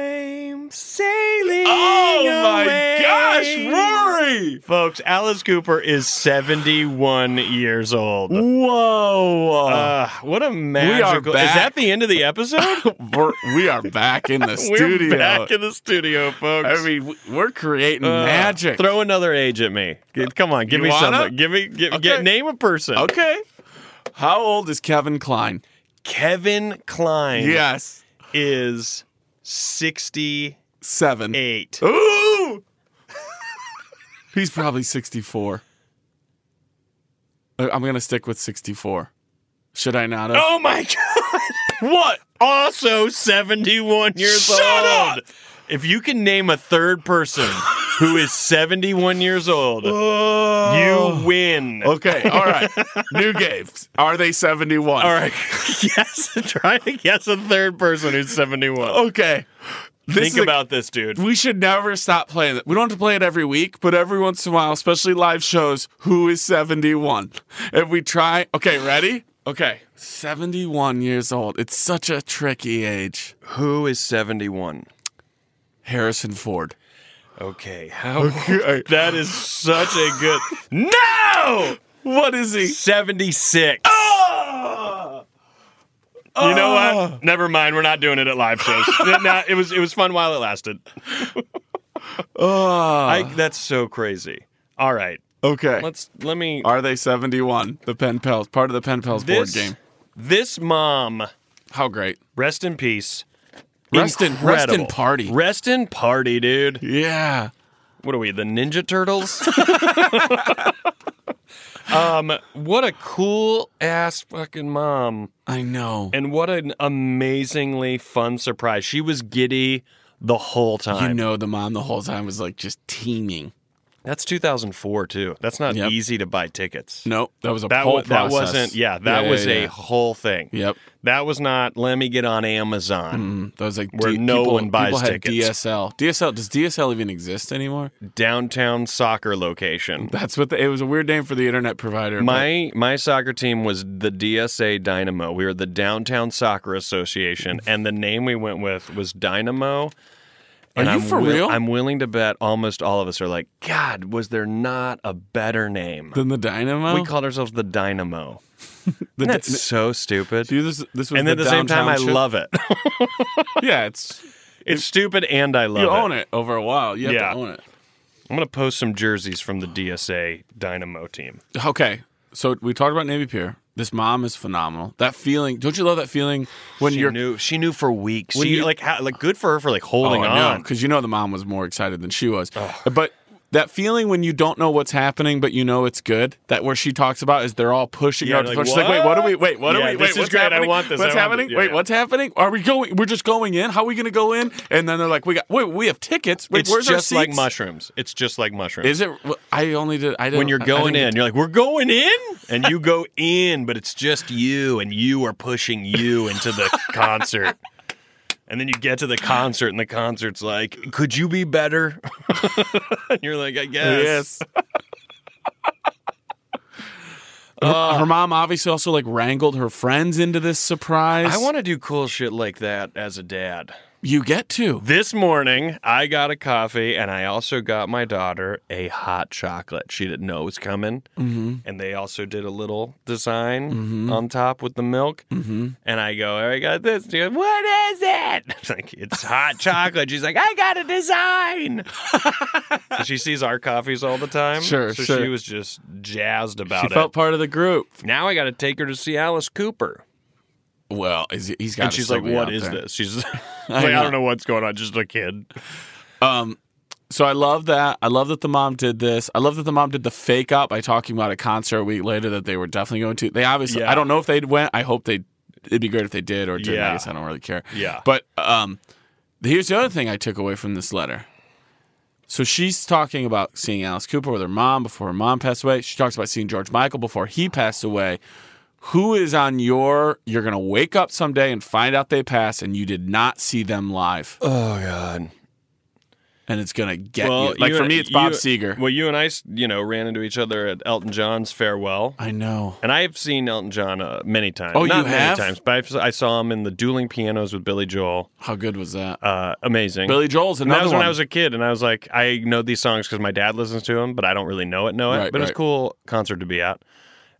[SPEAKER 5] I'm sailing.
[SPEAKER 4] Oh my
[SPEAKER 5] away.
[SPEAKER 4] gosh, Rory!
[SPEAKER 5] Folks, Alice Cooper is 71 years old.
[SPEAKER 4] Whoa!
[SPEAKER 5] Uh, what a magical. Is
[SPEAKER 4] back.
[SPEAKER 5] that the end of the episode?
[SPEAKER 4] we're, we are back in the studio.
[SPEAKER 5] We're back in the studio, folks.
[SPEAKER 4] I mean, w- we're creating
[SPEAKER 5] Uh,
[SPEAKER 4] magic.
[SPEAKER 5] Throw another age at me. G- Come on, give
[SPEAKER 4] You
[SPEAKER 5] me
[SPEAKER 4] wanna?
[SPEAKER 5] something. Give me give,
[SPEAKER 4] Okay.
[SPEAKER 5] get name a person.
[SPEAKER 4] okay. How old is Kevin Klein?
[SPEAKER 5] Kevin Klein
[SPEAKER 4] Yes,
[SPEAKER 5] is 68.
[SPEAKER 4] seven.
[SPEAKER 5] Oh,
[SPEAKER 4] Ooh! He's probably 64. Uh, I'm going to stick with 64. Should I not have?
[SPEAKER 5] Oh my god. What? Also 71 years
[SPEAKER 4] Shut up!
[SPEAKER 5] old. If you can name a third person who is 71 years old, you win.
[SPEAKER 4] Okay, all right. New games. Are they 71?
[SPEAKER 5] All right. Guess try to guess a third person who's 71.
[SPEAKER 4] Okay. This
[SPEAKER 5] Oh, Think
[SPEAKER 4] is a-
[SPEAKER 5] about this, dude.
[SPEAKER 4] we should never stop playing it. We don't have to play it every week, but every once in a while, especially live shows, who is 71? If we try, okay, ready? Okay, 71 years old. It's such a tricky age.
[SPEAKER 5] Who is 71?
[SPEAKER 4] Harrison Ford.
[SPEAKER 5] Okay. How That is such a good No!
[SPEAKER 4] What is he?
[SPEAKER 5] 76. Ah! You know what? Never mind. We're not doing it at live shows. Nah, it was it was fun while it lasted. I, that's so crazy. All right,
[SPEAKER 4] Ah. okay.
[SPEAKER 5] let's let me.
[SPEAKER 4] Are they 71? The pen pals, part of the pen pals
[SPEAKER 5] This
[SPEAKER 4] board game.
[SPEAKER 5] this mom,
[SPEAKER 4] How great.
[SPEAKER 5] rest in peace.
[SPEAKER 4] Rest in- rest in
[SPEAKER 5] Incredible.
[SPEAKER 4] party.
[SPEAKER 5] Rest in party, dude.
[SPEAKER 4] Yeah.
[SPEAKER 5] What are we, the Ninja Turtles? um, what a cool ass fucking mom.
[SPEAKER 4] I know.
[SPEAKER 5] And what an amazingly fun surprise. She was giddy the whole time.
[SPEAKER 4] you know the mom the whole time was like just teeming.
[SPEAKER 5] That's 2004 too. That's not
[SPEAKER 4] Yep.
[SPEAKER 5] easy to buy tickets.
[SPEAKER 4] Nope. That was a
[SPEAKER 5] That,
[SPEAKER 4] whole
[SPEAKER 5] wa- that
[SPEAKER 4] process.
[SPEAKER 5] wasn't yeah, that was
[SPEAKER 4] yeah,
[SPEAKER 5] a
[SPEAKER 4] yeah.
[SPEAKER 5] whole thing.
[SPEAKER 4] Yep.
[SPEAKER 5] That was not let me get on Amazon.
[SPEAKER 4] Mm, that was like
[SPEAKER 5] Where no
[SPEAKER 4] people,
[SPEAKER 5] one buys
[SPEAKER 4] people had
[SPEAKER 5] tickets.
[SPEAKER 4] DSL. DSL does DSL even exist anymore?
[SPEAKER 5] Downtown soccer location.
[SPEAKER 4] That's what the, it was a weird name for the internet provider.
[SPEAKER 5] My my soccer team was the DSA Dynamo. We were the Downtown Soccer Association and the name we went with was Dynamo.
[SPEAKER 4] Are you
[SPEAKER 5] I'm
[SPEAKER 4] for
[SPEAKER 5] wi-
[SPEAKER 4] real?
[SPEAKER 5] I'm willing to bet almost all of us are like, God, was there not a better name?
[SPEAKER 4] but then the Dynamo.
[SPEAKER 5] we called ourselves the Dynamo.
[SPEAKER 4] the
[SPEAKER 5] That's
[SPEAKER 4] Dy-
[SPEAKER 5] so stupid.
[SPEAKER 4] See, this, this was
[SPEAKER 5] and then at the same time,
[SPEAKER 4] downtown
[SPEAKER 5] I
[SPEAKER 4] shit.
[SPEAKER 5] love it.
[SPEAKER 4] Yeah, it's
[SPEAKER 5] It's stupid and I love
[SPEAKER 4] you
[SPEAKER 5] it.
[SPEAKER 4] own it over a while. You have
[SPEAKER 5] Yeah.
[SPEAKER 4] to own it.
[SPEAKER 5] I'm going to post some jerseys from the DSA Dynamo team.
[SPEAKER 4] Okay, so we talked about Navy Pier. This mom is phenomenal. That feeling, don't you love that feeling when
[SPEAKER 5] she
[SPEAKER 4] you're
[SPEAKER 5] knew she knew for weeks.
[SPEAKER 4] When
[SPEAKER 5] She
[SPEAKER 4] you-
[SPEAKER 5] like how, like good for her for like holding on.
[SPEAKER 4] because you know the mom was more excited than she was. But that feeling when you don't know what's happening, but you know it's good. That where she talks about is they're all pushing
[SPEAKER 5] Yeah,
[SPEAKER 4] her. up to
[SPEAKER 5] like,
[SPEAKER 4] push. She's like, wait, what do we? Wait, what do
[SPEAKER 5] Yeah,
[SPEAKER 4] we? Wait,
[SPEAKER 5] this is
[SPEAKER 4] what's
[SPEAKER 5] great. I
[SPEAKER 4] happening?
[SPEAKER 5] want this.
[SPEAKER 4] What's
[SPEAKER 5] I want
[SPEAKER 4] happening?
[SPEAKER 5] this. Yeah,
[SPEAKER 4] wait,
[SPEAKER 5] yeah.
[SPEAKER 4] what's happening? Are we going? We're just going in. How are we going to go in? And then they're like, we got. Wait, we have tickets. Wait,
[SPEAKER 5] It's
[SPEAKER 4] where's
[SPEAKER 5] just
[SPEAKER 4] our
[SPEAKER 5] like
[SPEAKER 4] seats?
[SPEAKER 5] mushrooms. It's just like mushrooms.
[SPEAKER 4] Is it? I only did. I didn't,
[SPEAKER 5] when you're
[SPEAKER 4] I- I
[SPEAKER 5] going
[SPEAKER 4] didn't
[SPEAKER 5] in, you're like, we're going in, and you go in, but it's just you, and you are pushing you into the concert. And then you get to the concert, and the concert's like, could you be better? and you're like, I
[SPEAKER 4] Yes.
[SPEAKER 5] guess.
[SPEAKER 4] her, her mom obviously also like wrangled her friends into this surprise.
[SPEAKER 5] I want to do cool shit like that as a dad.
[SPEAKER 4] you get to.
[SPEAKER 5] This morning, I got a coffee and I also got my daughter a hot chocolate. She didn't know it was coming. Mm-hmm. And they also did a little design
[SPEAKER 4] Mm-hmm.
[SPEAKER 5] on top with the milk. Mm-hmm. And I go, I got this. She goes, what is it? It's like, it's hot chocolate. She's like, I got a design. So she sees our coffees all the time.
[SPEAKER 4] Sure,
[SPEAKER 5] So
[SPEAKER 4] sure.
[SPEAKER 5] she was just jazzed about
[SPEAKER 4] She
[SPEAKER 5] it.
[SPEAKER 4] felt part of the group.
[SPEAKER 5] now I got to take her to see Alice Cooper.
[SPEAKER 4] Well, is, he's got.
[SPEAKER 5] And she's like, "What is this?" She's like, "I
[SPEAKER 4] know.
[SPEAKER 5] don't know what's going on. Just a kid."
[SPEAKER 4] Um, so I love that. I love that the mom did this. I love that the mom did the fake up by talking about a concert a week later that they were definitely going to. They obviously.
[SPEAKER 5] Yeah.
[SPEAKER 4] I don't know if they went. I hope they. It'd be great if they did or didn't.
[SPEAKER 5] Yeah.
[SPEAKER 4] I guess I don't really care.
[SPEAKER 5] Yeah.
[SPEAKER 4] But um, here's the other thing I took away from this letter. So she's talking about seeing Alice Cooper with her mom before her mom passed away. She talks about seeing George Michael before he passed away. Who is on your? You're gonna wake up Oh, someday and find out they passed, and you did not see them live.
[SPEAKER 5] Oh God.
[SPEAKER 4] and it's gonna get you. Like for
[SPEAKER 5] and-
[SPEAKER 4] me, it's Bob
[SPEAKER 5] you-
[SPEAKER 4] Seger.
[SPEAKER 5] Well, you and I, you know, ran into each other at Elton John's farewell.
[SPEAKER 4] I know.
[SPEAKER 5] And I've seen Elton John uh, many times.
[SPEAKER 4] Oh, you
[SPEAKER 5] Not
[SPEAKER 4] have?
[SPEAKER 5] many times, but I've, I saw him in the Dueling Pianos with Billy Joel.
[SPEAKER 4] How good was that?
[SPEAKER 5] Uh, amazing.
[SPEAKER 4] Billy Joel's
[SPEAKER 5] And that
[SPEAKER 4] another
[SPEAKER 5] was
[SPEAKER 4] one.
[SPEAKER 5] when I was a kid, and I was like, I know these songs because my dad listens to them, but I don't really know it, know it.
[SPEAKER 4] Right,
[SPEAKER 5] but it's
[SPEAKER 4] right.
[SPEAKER 5] cool concert to be at.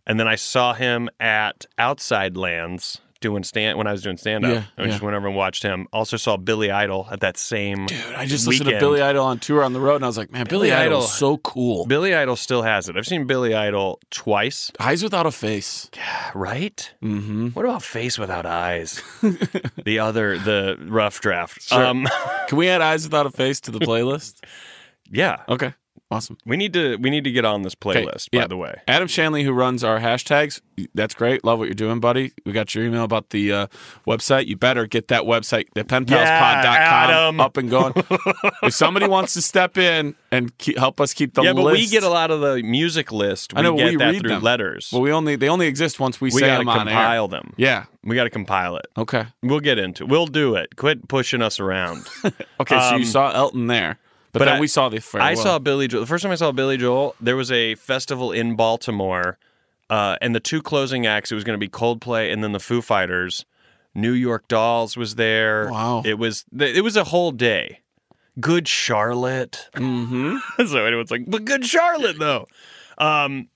[SPEAKER 5] And then I saw him at Outside Lands doing stand when I was doing stand up.
[SPEAKER 4] Yeah,
[SPEAKER 5] I just
[SPEAKER 4] yeah.
[SPEAKER 5] went over and watched him. Also saw Billy Idol at that same.
[SPEAKER 4] Dude, I just
[SPEAKER 5] weekend.
[SPEAKER 4] listened to Billy Idol on tour on the road, and I was like, man, Billy,
[SPEAKER 5] Billy
[SPEAKER 4] Idol
[SPEAKER 5] Idol.
[SPEAKER 4] is so cool.
[SPEAKER 5] Billy Idol still has it. I've seen Billy Idol twice.
[SPEAKER 4] Eyes without a face.
[SPEAKER 5] Right?
[SPEAKER 4] Mm-hmm.
[SPEAKER 5] What about Face Without Eyes? the other, the rough draft.
[SPEAKER 4] Sure.
[SPEAKER 5] Um,
[SPEAKER 4] Can we add Eyes Without a Face to the playlist?
[SPEAKER 5] yeah,
[SPEAKER 4] okay, awesome.
[SPEAKER 5] Uh, we need to we need to get on this
[SPEAKER 4] Okay,
[SPEAKER 5] playlist. By
[SPEAKER 4] yeah.
[SPEAKER 5] the way,
[SPEAKER 4] Adam Shanley, who runs our hashtags, that's great. Love what you're doing, buddy. We got your email about the uh, website. You better get that website, the penpalspod.com,
[SPEAKER 5] Adam.
[SPEAKER 4] up and going. if somebody wants to step in and keep, help us keep the
[SPEAKER 5] yeah,
[SPEAKER 4] list,
[SPEAKER 5] but we get a lot of the music list. We
[SPEAKER 4] I know,
[SPEAKER 5] get
[SPEAKER 4] we
[SPEAKER 5] that
[SPEAKER 4] read
[SPEAKER 5] through
[SPEAKER 4] them.
[SPEAKER 5] letters.
[SPEAKER 4] Well, we only they only exist once we,
[SPEAKER 5] we
[SPEAKER 4] say
[SPEAKER 5] got to
[SPEAKER 4] them on
[SPEAKER 5] compile
[SPEAKER 4] air.
[SPEAKER 5] them.
[SPEAKER 4] Yeah.
[SPEAKER 5] We got to compile it.
[SPEAKER 4] Okay.
[SPEAKER 5] We'll get into. We'll do it. Quit pushing us around.
[SPEAKER 4] Okay. so
[SPEAKER 5] Um,
[SPEAKER 4] you saw Elton there, but,
[SPEAKER 5] but
[SPEAKER 4] then
[SPEAKER 5] I-
[SPEAKER 4] we saw the farewell.
[SPEAKER 5] I saw Billy Joel. The first time I saw Billy Joel, there was a festival in Baltimore, uh, and the two closing acts. It was going to be Coldplay and then the Foo Fighters. New York Dolls was there.
[SPEAKER 4] Wow.
[SPEAKER 5] It was th- it was a whole day. Good Charlotte. Mm-hmm. so anyone's like, but Good Charlotte though. Um,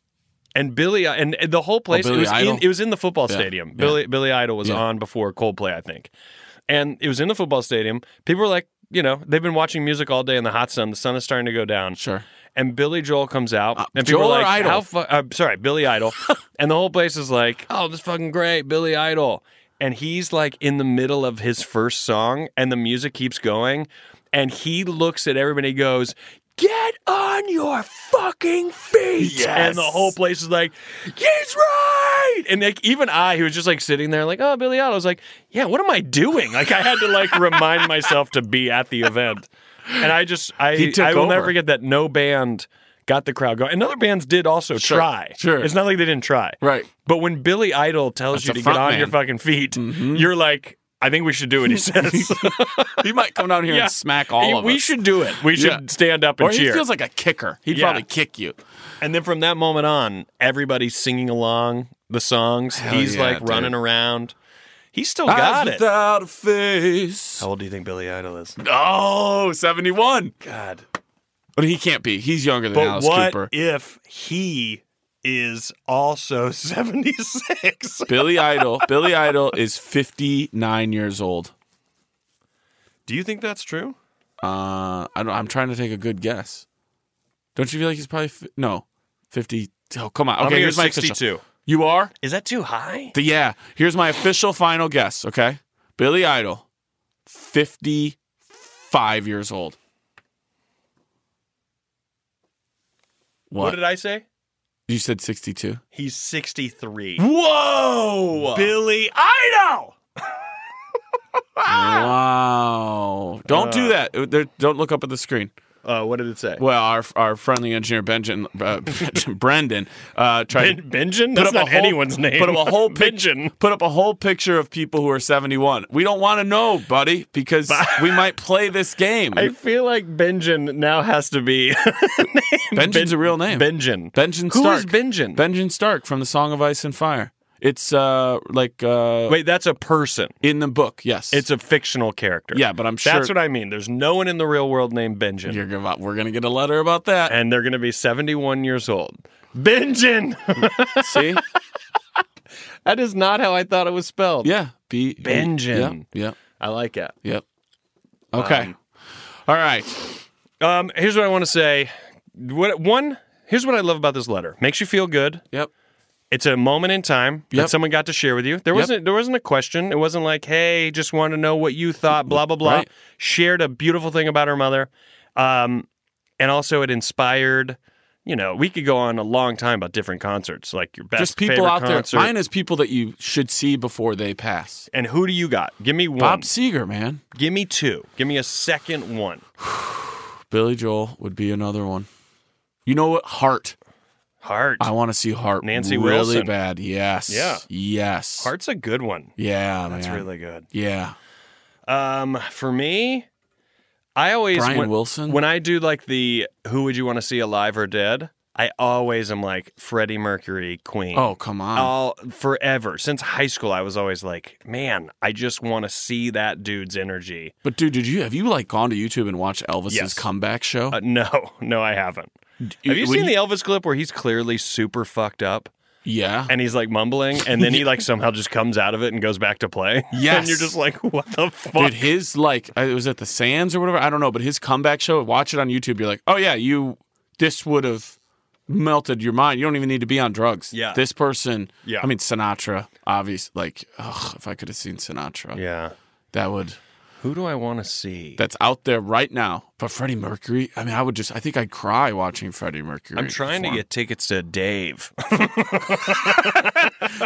[SPEAKER 5] and Billy uh, and, and the whole place.
[SPEAKER 4] Oh, Billy
[SPEAKER 5] it was
[SPEAKER 4] Idol?
[SPEAKER 5] in it was in the football
[SPEAKER 4] Yeah.
[SPEAKER 5] stadium.
[SPEAKER 4] Yeah.
[SPEAKER 5] Billy Billy Idol was
[SPEAKER 4] Yeah.
[SPEAKER 5] on before Coldplay, I think and it was in the football stadium. People were like, you know, they've been watching music all day in the hot sun. The sun is starting to go down.
[SPEAKER 4] Sure.
[SPEAKER 5] And Billy Joel comes out,
[SPEAKER 4] Uh,
[SPEAKER 5] and people
[SPEAKER 4] Joel
[SPEAKER 5] are
[SPEAKER 4] or
[SPEAKER 5] like,
[SPEAKER 4] Idol?
[SPEAKER 5] "How fu- uh, sorry, Billy Idol," and the whole place is like, "Oh, this is fucking great, Billy Idol." And he's like in the middle of his first song, and the music keeps going, and he looks at everybody, and goes. Get on your fucking feet! And the whole place is like, "He's right!" And like, even I, who was just like sitting there, like, "Oh, Billy Idol," I was like, "Yeah, what am I doing?" Like, I had to like remind myself to be at the event, and I just, I,
[SPEAKER 4] He took
[SPEAKER 5] I will
[SPEAKER 4] over.
[SPEAKER 5] never forget forget that no band got the crowd going. And other bands did also
[SPEAKER 4] Sure,
[SPEAKER 5] try.
[SPEAKER 4] sure.
[SPEAKER 5] It's not like they didn't try.
[SPEAKER 4] Right.
[SPEAKER 5] But when Billy Idol tells
[SPEAKER 4] That's
[SPEAKER 5] you
[SPEAKER 4] a
[SPEAKER 5] to get
[SPEAKER 4] front
[SPEAKER 5] on
[SPEAKER 4] man. Mm-hmm.
[SPEAKER 5] your fucking feet, you're like, I think we should do what he says.
[SPEAKER 4] He might come down here
[SPEAKER 5] Yeah.
[SPEAKER 4] and smack all of
[SPEAKER 5] we
[SPEAKER 4] us.
[SPEAKER 5] should do it. We should
[SPEAKER 4] Yeah.
[SPEAKER 5] stand up and
[SPEAKER 4] Or he
[SPEAKER 5] cheer.
[SPEAKER 4] feels like a kicker. He'd
[SPEAKER 5] Yeah.
[SPEAKER 4] probably kick you.
[SPEAKER 5] and then from that moment on, everybody's singing along the songs.
[SPEAKER 4] Hell
[SPEAKER 5] He's
[SPEAKER 4] yeah,
[SPEAKER 5] like
[SPEAKER 4] dude.
[SPEAKER 5] running around. He's still Oh, got
[SPEAKER 4] Eyes
[SPEAKER 5] it. Oh.
[SPEAKER 4] without a face.
[SPEAKER 5] Ah, How old do you think Billy Idol is?
[SPEAKER 4] Oh, 71.
[SPEAKER 5] God.
[SPEAKER 4] But he can't be. He's younger than
[SPEAKER 5] But
[SPEAKER 4] Alice
[SPEAKER 5] what
[SPEAKER 4] Cooper.
[SPEAKER 5] if he is also 76?
[SPEAKER 4] Billy Idol. Billy Idol is 59 years old.
[SPEAKER 5] do you think that's true?
[SPEAKER 4] Uh, I don't, I'm trying to take a good guess. Don't you feel like he's probably fi- no 50? Oh, come on.
[SPEAKER 5] I'm
[SPEAKER 4] Okay,
[SPEAKER 5] gonna
[SPEAKER 4] here's
[SPEAKER 5] go
[SPEAKER 4] my official. You are?
[SPEAKER 5] Is that too high?
[SPEAKER 4] The, yeah. Here's my official final guess. Okay, Billy Idol, 55 years old.
[SPEAKER 5] What? did I say?
[SPEAKER 4] You said 62.
[SPEAKER 5] He's 63.
[SPEAKER 4] Whoa!
[SPEAKER 5] Billy Idol.
[SPEAKER 4] Wow! Don't do that. They're- don't look up at the screen.
[SPEAKER 5] Uh, what did it say?
[SPEAKER 4] Well, our our friendly engineer Benjamin, uh, Brendan uh, tried to
[SPEAKER 5] Benjamin?
[SPEAKER 4] put up a whole- Put up a whole picture.
[SPEAKER 5] Benjamin.
[SPEAKER 4] Put up a whole picture of people who are seventy one. We don't want to know, buddy, because we might play this game.
[SPEAKER 5] I feel like Benjamin now has to be
[SPEAKER 4] Benjamin's a real name.
[SPEAKER 5] Benjamin.
[SPEAKER 4] Benjamin
[SPEAKER 5] Who
[SPEAKER 4] Stark.
[SPEAKER 5] is Benjamin?
[SPEAKER 4] Benjamin Stark from the Song of Ice and Fire. It's uh like uh
[SPEAKER 5] Wait, that's a person.
[SPEAKER 4] in the book. Yes,
[SPEAKER 5] It's a fictional character.
[SPEAKER 4] yeah, but I'm sure
[SPEAKER 5] That's what I mean. There's no one in the real world named Benjamin.
[SPEAKER 4] you're gonna, we're gonna get a letter about that.
[SPEAKER 5] and they're going to be 71 years old. Benjamin.
[SPEAKER 4] See,
[SPEAKER 5] that is not how I thought it was spelled.
[SPEAKER 4] yeah, be
[SPEAKER 5] Benjamin.
[SPEAKER 4] Yeah, yeah.
[SPEAKER 5] I like it.
[SPEAKER 4] Yep. Okay. All right.
[SPEAKER 5] Um, here's what I want to say. What one? Here's what I love about this letter. Makes you feel good.
[SPEAKER 4] Yep.
[SPEAKER 5] It's a moment in time that
[SPEAKER 4] Yep.
[SPEAKER 5] someone got to share with you. There
[SPEAKER 4] Yep.
[SPEAKER 5] wasn't there wasn't a question. It wasn't like, hey, just want to know what you thought. Blah blah blah.
[SPEAKER 4] Right.
[SPEAKER 5] Shared a beautiful thing about her mother, um, and also it inspired. You know, we could go on a long time about different concerts, like your best
[SPEAKER 4] Just people
[SPEAKER 5] favorite
[SPEAKER 4] out there.
[SPEAKER 5] concert.
[SPEAKER 4] Mine is people that you should see before they pass.
[SPEAKER 5] and who do you got? Give me one.
[SPEAKER 4] Bob Seger, man.
[SPEAKER 5] Give me two. Give me a second one.
[SPEAKER 4] Billy Joel would be another one. You know what? Heart.
[SPEAKER 5] Heart.
[SPEAKER 4] I want to see Heart.
[SPEAKER 5] Nancy
[SPEAKER 4] really
[SPEAKER 5] Wilson.
[SPEAKER 4] bad. Yes.
[SPEAKER 5] Yeah.
[SPEAKER 4] Yes.
[SPEAKER 5] Heart's a good one.
[SPEAKER 4] Oh, Yeah,
[SPEAKER 5] That's
[SPEAKER 4] man.
[SPEAKER 5] really good.
[SPEAKER 4] Yeah.
[SPEAKER 5] Um, for me, I always
[SPEAKER 4] Brian
[SPEAKER 5] when,
[SPEAKER 4] Wilson?
[SPEAKER 5] when I do like the who would you want to see alive or dead. I always am like Freddie Mercury, Queen.
[SPEAKER 4] Oh, come on.
[SPEAKER 5] all forever since high school. I was always like, man, I just want to see that dude's energy.
[SPEAKER 4] But dude, did you have you like gone to YouTube and watched Elvis's
[SPEAKER 5] Yes.
[SPEAKER 4] comeback show?
[SPEAKER 5] Uh, no, no, I haven't. Have you
[SPEAKER 4] when
[SPEAKER 5] seen the Elvis clip where he's clearly super fucked up
[SPEAKER 4] Yeah.
[SPEAKER 5] and he's like mumbling, and then he like somehow just comes out of it and goes back to play?
[SPEAKER 4] Yes.
[SPEAKER 5] and you're just like, what the fuck?
[SPEAKER 4] Dude, his like I- it was at the Sands or whatever. I don't know, but his comeback show. Watch it on YouTube. You're like, oh yeah, you. This would have melted your mind. You don't even need to be on drugs.
[SPEAKER 5] Yeah.
[SPEAKER 4] This person.
[SPEAKER 5] Yeah.
[SPEAKER 4] I mean Sinatra, obvious. Like, ugh, if I could have seen Sinatra,
[SPEAKER 5] yeah.
[SPEAKER 4] that would.
[SPEAKER 5] Who do I want to see?
[SPEAKER 4] That's out there right now. But Freddie Mercury. I mean, I would just. I think I'd cry watching Freddie Mercury.
[SPEAKER 5] I'm trying to
[SPEAKER 4] perform.
[SPEAKER 5] get tickets to Dave.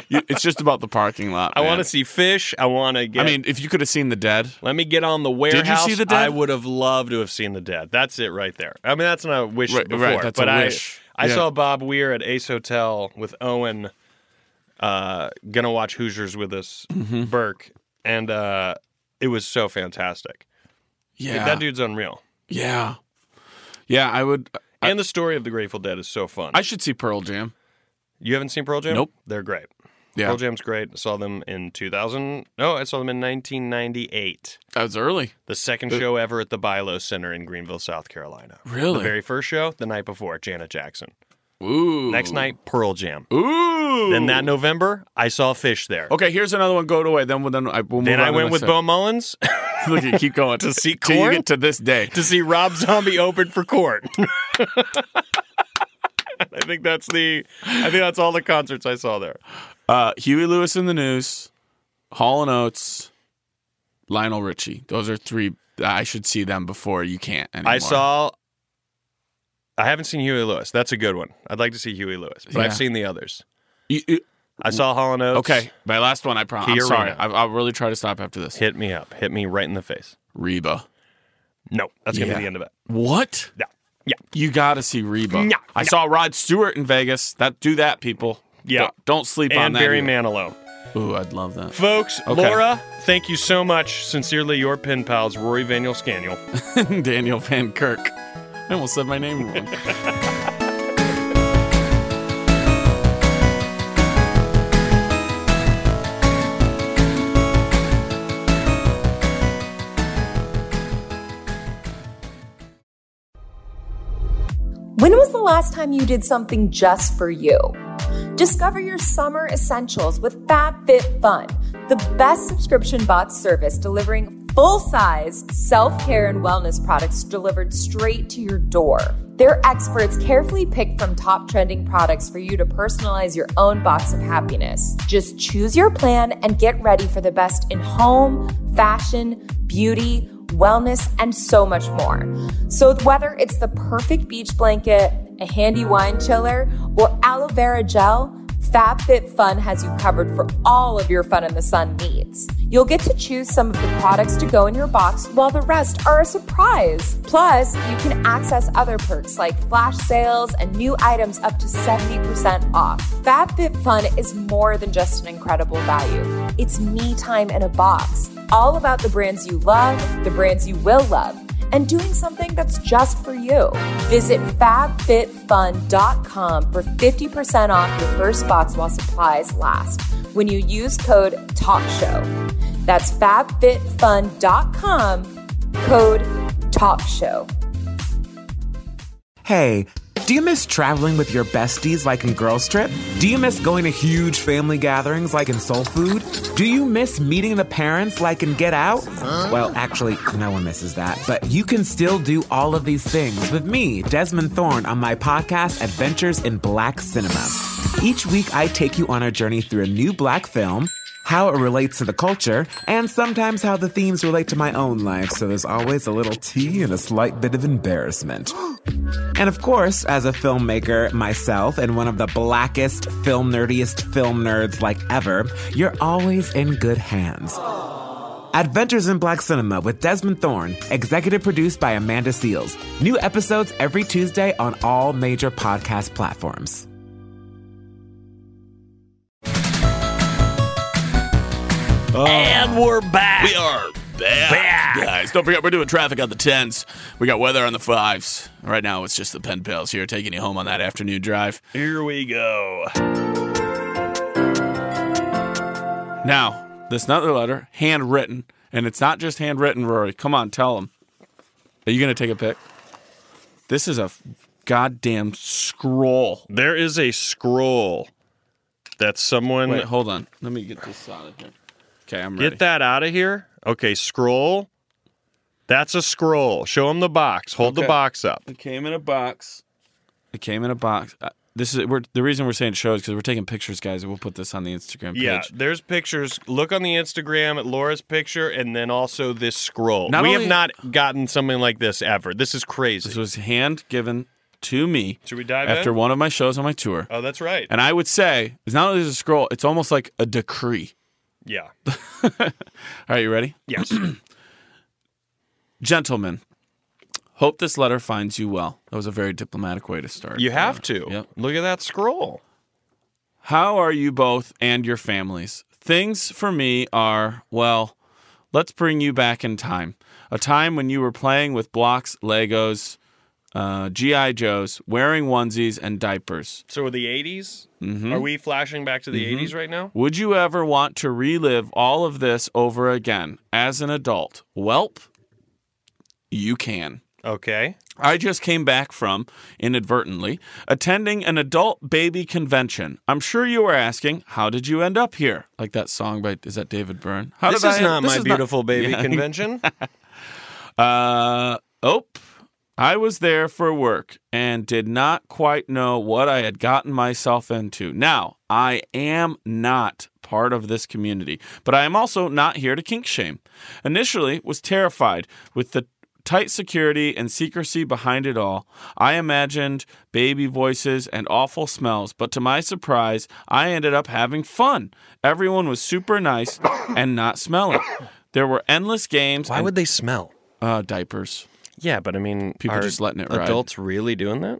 [SPEAKER 4] You- It's just about the parking lot.
[SPEAKER 5] I want to
[SPEAKER 4] man.
[SPEAKER 5] see Fish. I want to get.
[SPEAKER 4] I mean, if you could have seen the dead,
[SPEAKER 5] Let me get on the
[SPEAKER 4] you
[SPEAKER 5] warehouse.
[SPEAKER 4] see the dead?
[SPEAKER 5] I would have loved to have seen the dead. That's it right there. I mean, that's not a wish
[SPEAKER 4] Right,
[SPEAKER 5] before,
[SPEAKER 4] right, that's
[SPEAKER 5] but
[SPEAKER 4] a
[SPEAKER 5] I
[SPEAKER 4] wish.
[SPEAKER 5] I
[SPEAKER 4] Yeah.
[SPEAKER 5] saw Bob Weir at Ace Hotel with Owen. Uh, gonna watch Hoosiers with us,
[SPEAKER 4] Mm-hmm.
[SPEAKER 5] Burke, and uh, it was so fantastic.
[SPEAKER 4] yeah,
[SPEAKER 5] That dude's unreal,
[SPEAKER 4] yeah, yeah. I would.
[SPEAKER 5] and the story of the Grateful Dead is so fun.
[SPEAKER 4] I should see Pearl Jam.
[SPEAKER 5] you haven't seen Pearl Jam?
[SPEAKER 4] Nope.
[SPEAKER 5] they're great.
[SPEAKER 4] Yeah,
[SPEAKER 5] Pearl Jam's great. I saw them in 2000. No, I saw them in 1998.
[SPEAKER 4] that was early.
[SPEAKER 5] The second show ever at the Bilo Center in Greenville, South Carolina.
[SPEAKER 4] Uh, Really?
[SPEAKER 5] The very first show, the night before, Janet Jackson.
[SPEAKER 4] Ooh.
[SPEAKER 5] Next night, Pearl Jam.
[SPEAKER 4] Ooh.
[SPEAKER 5] Then that November, I saw Fish there.
[SPEAKER 4] Okay, here's another one. Go it away. Then we'll, then I, we'll
[SPEAKER 5] Then
[SPEAKER 4] move on
[SPEAKER 5] I
[SPEAKER 4] to
[SPEAKER 5] went
[SPEAKER 4] the
[SPEAKER 5] with
[SPEAKER 4] next
[SPEAKER 5] Bo Mullins
[SPEAKER 4] one. Look, you keep going
[SPEAKER 5] To see
[SPEAKER 4] till
[SPEAKER 5] Korn?
[SPEAKER 4] you get to this day.
[SPEAKER 5] to see Rob Zombie open for court. I think that's the. I think that's all the concerts I saw there.
[SPEAKER 4] Uh, Huey Lewis in the news, Hall and Oates, Lionel Richie. Those are three. I should see them before you can't. Anymore.
[SPEAKER 5] I saw. I haven't seen Huey Lewis. That's a good one. I'd like to see Huey Lewis, but
[SPEAKER 4] Yeah.
[SPEAKER 5] I've seen the others.
[SPEAKER 4] You- you-
[SPEAKER 5] I saw Hall and Oates.
[SPEAKER 4] okay, my last one. I promise. I'm
[SPEAKER 5] Kia
[SPEAKER 4] sorry.
[SPEAKER 5] Ora.
[SPEAKER 4] I, I'll really try to stop after this.
[SPEAKER 5] Hit me up. Hit me right in the face.
[SPEAKER 4] Reba.
[SPEAKER 5] No, that's gonna
[SPEAKER 4] Yeah.
[SPEAKER 5] be the end of it.
[SPEAKER 4] What?
[SPEAKER 5] Yeah. Yeah.
[SPEAKER 4] You gotta see Reba.
[SPEAKER 5] Yeah.
[SPEAKER 4] I saw Rod Stewart in Vegas. That do that, people.
[SPEAKER 5] Yeah.
[SPEAKER 4] Don't, don't sleep on
[SPEAKER 5] And
[SPEAKER 4] that.
[SPEAKER 5] Barry
[SPEAKER 4] either.
[SPEAKER 5] Manilow.
[SPEAKER 4] Ooh, I'd love that.
[SPEAKER 5] Folks,
[SPEAKER 4] Okay.
[SPEAKER 5] Laura, thank you so much. Sincerely, your pen pals, Rory Vaniel Scaniel.
[SPEAKER 4] Daniel Van Kirk. I almost said my name wrong.
[SPEAKER 6] When was the last time you did something just for you? Discover your summer essentials with FabFitFun, the best subscription bot service delivering full size self care and wellness products delivered straight to your door. Their experts carefully pick from top trending products for you to personalize your own box of happiness. Just choose your plan and get ready for the best in home, fashion, beauty, wellness, and so much more. So, whether it's the perfect beach blanket, a handy wine chiller, or aloe vera gel, FabFitFun has you covered for all of your fun in the sun needs. You'll get to choose some of the products to go in your box while the rest are a surprise. Plus, you can access other perks like flash sales and new items up to 70% off. FabFitFun is more than just an incredible value. It's me time in a box, all about the brands you love, the brands you will love and doing something that's just for you. Visit fabfitfun.com for 50% off your first box while supplies last when you use code TALKSHOW. That's fabfitfun.com, code TALKSHOW.
[SPEAKER 7] Hey, do you miss traveling with your besties like in Girls Trip? Do you miss going to huge family gatherings like in Soul Food? Do you miss meeting the parents like in Get Out? Well, actually, no one misses that, but you can still do all of these things with me, Desmond Thorne, on my podcast, Adventures in Black Cinema. Each week, I take you on a journey through a new black film how it relates to the culture, and sometimes how the themes relate to my own life, so there's always a little tea and a slight bit of embarrassment. And of course, as a filmmaker myself and one of the blackest, film nerdiest film nerds like ever, you're always in good hands. Adventures in Black Cinema with Desmond Thorne, executive produced by Amanda Seals. New episodes every Tuesday on all major podcast platforms.
[SPEAKER 5] And we're back.
[SPEAKER 4] are back, guys. guys, don't forget we're doing traffic on the tens. We got weather on the fives. Right now it's just the pen pals here taking you home on that afternoon drive.
[SPEAKER 5] Here we go.
[SPEAKER 4] Now, this other letter, handwritten, and it's not just handwritten, Rory. Come on, tell them. Are you going to take a pic? This is a f- goddamn scroll.
[SPEAKER 5] There is a scroll that someone
[SPEAKER 4] Wait, hold on. Let me get this out of here. Okay, I'm ready.
[SPEAKER 5] get that out of here. Okay, scroll. That's a scroll. Show him the box. Hold the
[SPEAKER 4] Okay.
[SPEAKER 5] box up.
[SPEAKER 4] It came in a box. It came in a box. Uh, This is we're, the reason we're saying show is because we're taking pictures, guys. and We'll put this on the Instagram page.
[SPEAKER 5] Yeah, there's pictures. Look on the Instagram at Laura's picture, and then also this scroll.
[SPEAKER 4] Not
[SPEAKER 5] we
[SPEAKER 4] only-
[SPEAKER 5] have not gotten something like this ever. This is crazy.
[SPEAKER 4] This was hand given to me
[SPEAKER 5] Should we dive
[SPEAKER 4] after
[SPEAKER 5] in?
[SPEAKER 4] one of my shows on my tour.
[SPEAKER 5] oh, that's right.
[SPEAKER 4] And I would say it's not only is it a scroll, it's almost like a decree.
[SPEAKER 5] yeah.
[SPEAKER 4] All right, you ready?
[SPEAKER 5] Yes.
[SPEAKER 4] Gentlemen, hope this letter finds you well. That was a very diplomatic way to start.
[SPEAKER 5] you have to.
[SPEAKER 4] Yep.
[SPEAKER 5] Look at that scroll.
[SPEAKER 4] How are you both and your families? Things for me are, well, let's bring you back in time. A time when you were playing with blocks, Legos, uh, G.I. Joes, wearing onesies and diapers.
[SPEAKER 5] So the 80s?
[SPEAKER 4] Mm-hmm.
[SPEAKER 5] Are we flashing back to the 80s right now?
[SPEAKER 4] Would you ever want to relive all of this over again as an adult? Welp, you can.
[SPEAKER 5] Okay.
[SPEAKER 4] I just came back from, inadvertently, attending an adult baby convention. I'm sure you were asking, how did you end up here? Like that song by, is that David Byrne? How
[SPEAKER 5] this
[SPEAKER 4] did
[SPEAKER 5] is
[SPEAKER 4] I,
[SPEAKER 5] not
[SPEAKER 4] this
[SPEAKER 5] my
[SPEAKER 4] is
[SPEAKER 5] beautiful baby
[SPEAKER 4] Yeah.
[SPEAKER 5] convention.
[SPEAKER 4] Uh, oh, I was there for work and did not quite know what I had gotten myself into. Now, I am not part of this community, but I am also not here to kink shame. Initially, was terrified with the tight security and secrecy behind it all. I imagined baby voices and awful smells, but to my surprise, I ended up having fun. Everyone was super nice and not smelly. There were endless games.
[SPEAKER 5] Why
[SPEAKER 4] and
[SPEAKER 5] would they smell?
[SPEAKER 4] uh, diapers.
[SPEAKER 5] Yeah, but I mean,
[SPEAKER 4] People
[SPEAKER 5] are
[SPEAKER 4] just letting it ride.
[SPEAKER 5] Adults really doing that?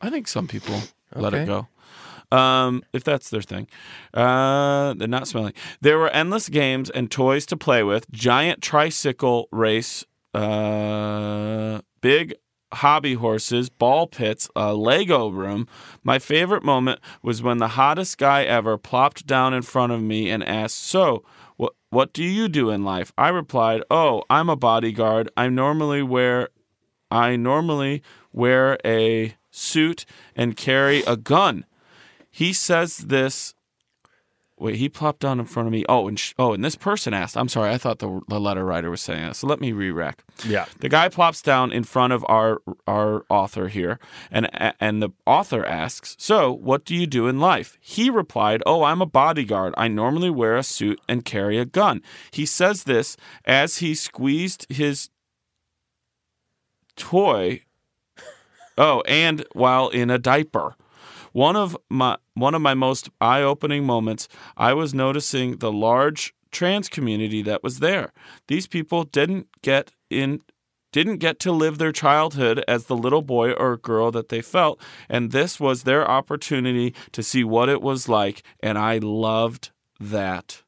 [SPEAKER 4] I think some people let it
[SPEAKER 5] Okay.
[SPEAKER 4] go. Um, if that's their thing, uh, they're not smelling. There were endless games and toys to play with. Giant tricycle race, uh, big hobby horses, ball pits, a Lego room. My favorite moment was when the hottest guy ever plopped down in front of me and asked, "So, what what do you do in life?" I replied, "Oh, I'm a bodyguard. I normally wear I normally wear a suit and carry a gun. He says this. Wait, he plopped down in front of me. Oh, and sh- oh, and this person asked. I'm sorry, I thought the, the letter writer was saying that. So let me re-rack.
[SPEAKER 5] Yeah.
[SPEAKER 4] The guy plops down in front of our our author here, and and the author asks, "So, what do you do in life?" He replied, "Oh, I'm a bodyguard. I normally wear a suit and carry a gun." He says this as he squeezed his toy. Oh, and while in a diaper. One of my one of my most eye-opening moments, I was noticing the large trans community that was there. These people didn't get in didn't get to live their childhood as the little boy or girl that they felt, and this was their opportunity to see what it was like, and I loved that.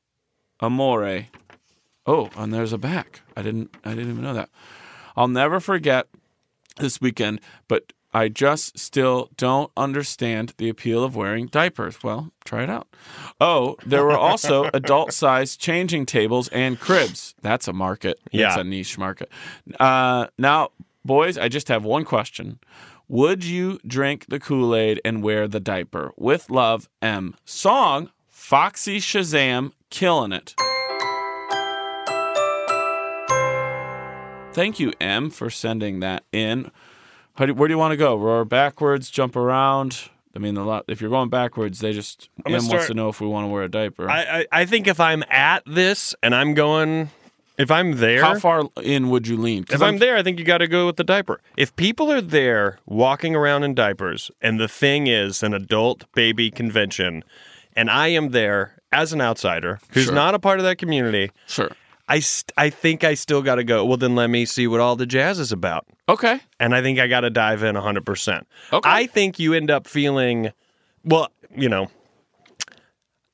[SPEAKER 4] Amore. Oh, and there's a back. I didn't I didn't even know that. I'll never forget this weekend, but I just still don't understand the appeal of wearing diapers. Well, try it out. Oh, there were also adult sized changing tables and cribs. That's a market. That's
[SPEAKER 5] Yeah.
[SPEAKER 4] a niche market. Uh, now, boys, I just have one question. Would you drink the Kool Aid and wear the diaper? With love, M. Song Foxy Shazam, killing it. Thank you, M, for sending that in. How do, where do you want to go? Roar backwards, jump around. I mean, a lot. If you're going backwards, they just M
[SPEAKER 5] gonna
[SPEAKER 4] wants
[SPEAKER 5] start-
[SPEAKER 4] to know if we want to wear a diaper.
[SPEAKER 5] I, I, I think if I'm at this and I'm going, if I'm there,
[SPEAKER 4] How far in would you lean? 'Cause
[SPEAKER 5] if I'm there, I think you got to go with the diaper. If people are there walking around in diapers, and the thing is an adult baby convention, and I am there as an outsider who's
[SPEAKER 4] Sure.
[SPEAKER 5] not a part of that community,
[SPEAKER 4] sure.
[SPEAKER 5] I, st- I think I still got to go. Well, then let me see what all the jazz is about.
[SPEAKER 4] Okay.
[SPEAKER 5] And I think I got to dive in 100%.
[SPEAKER 4] Okay.
[SPEAKER 5] I think you end up feeling, well, you know,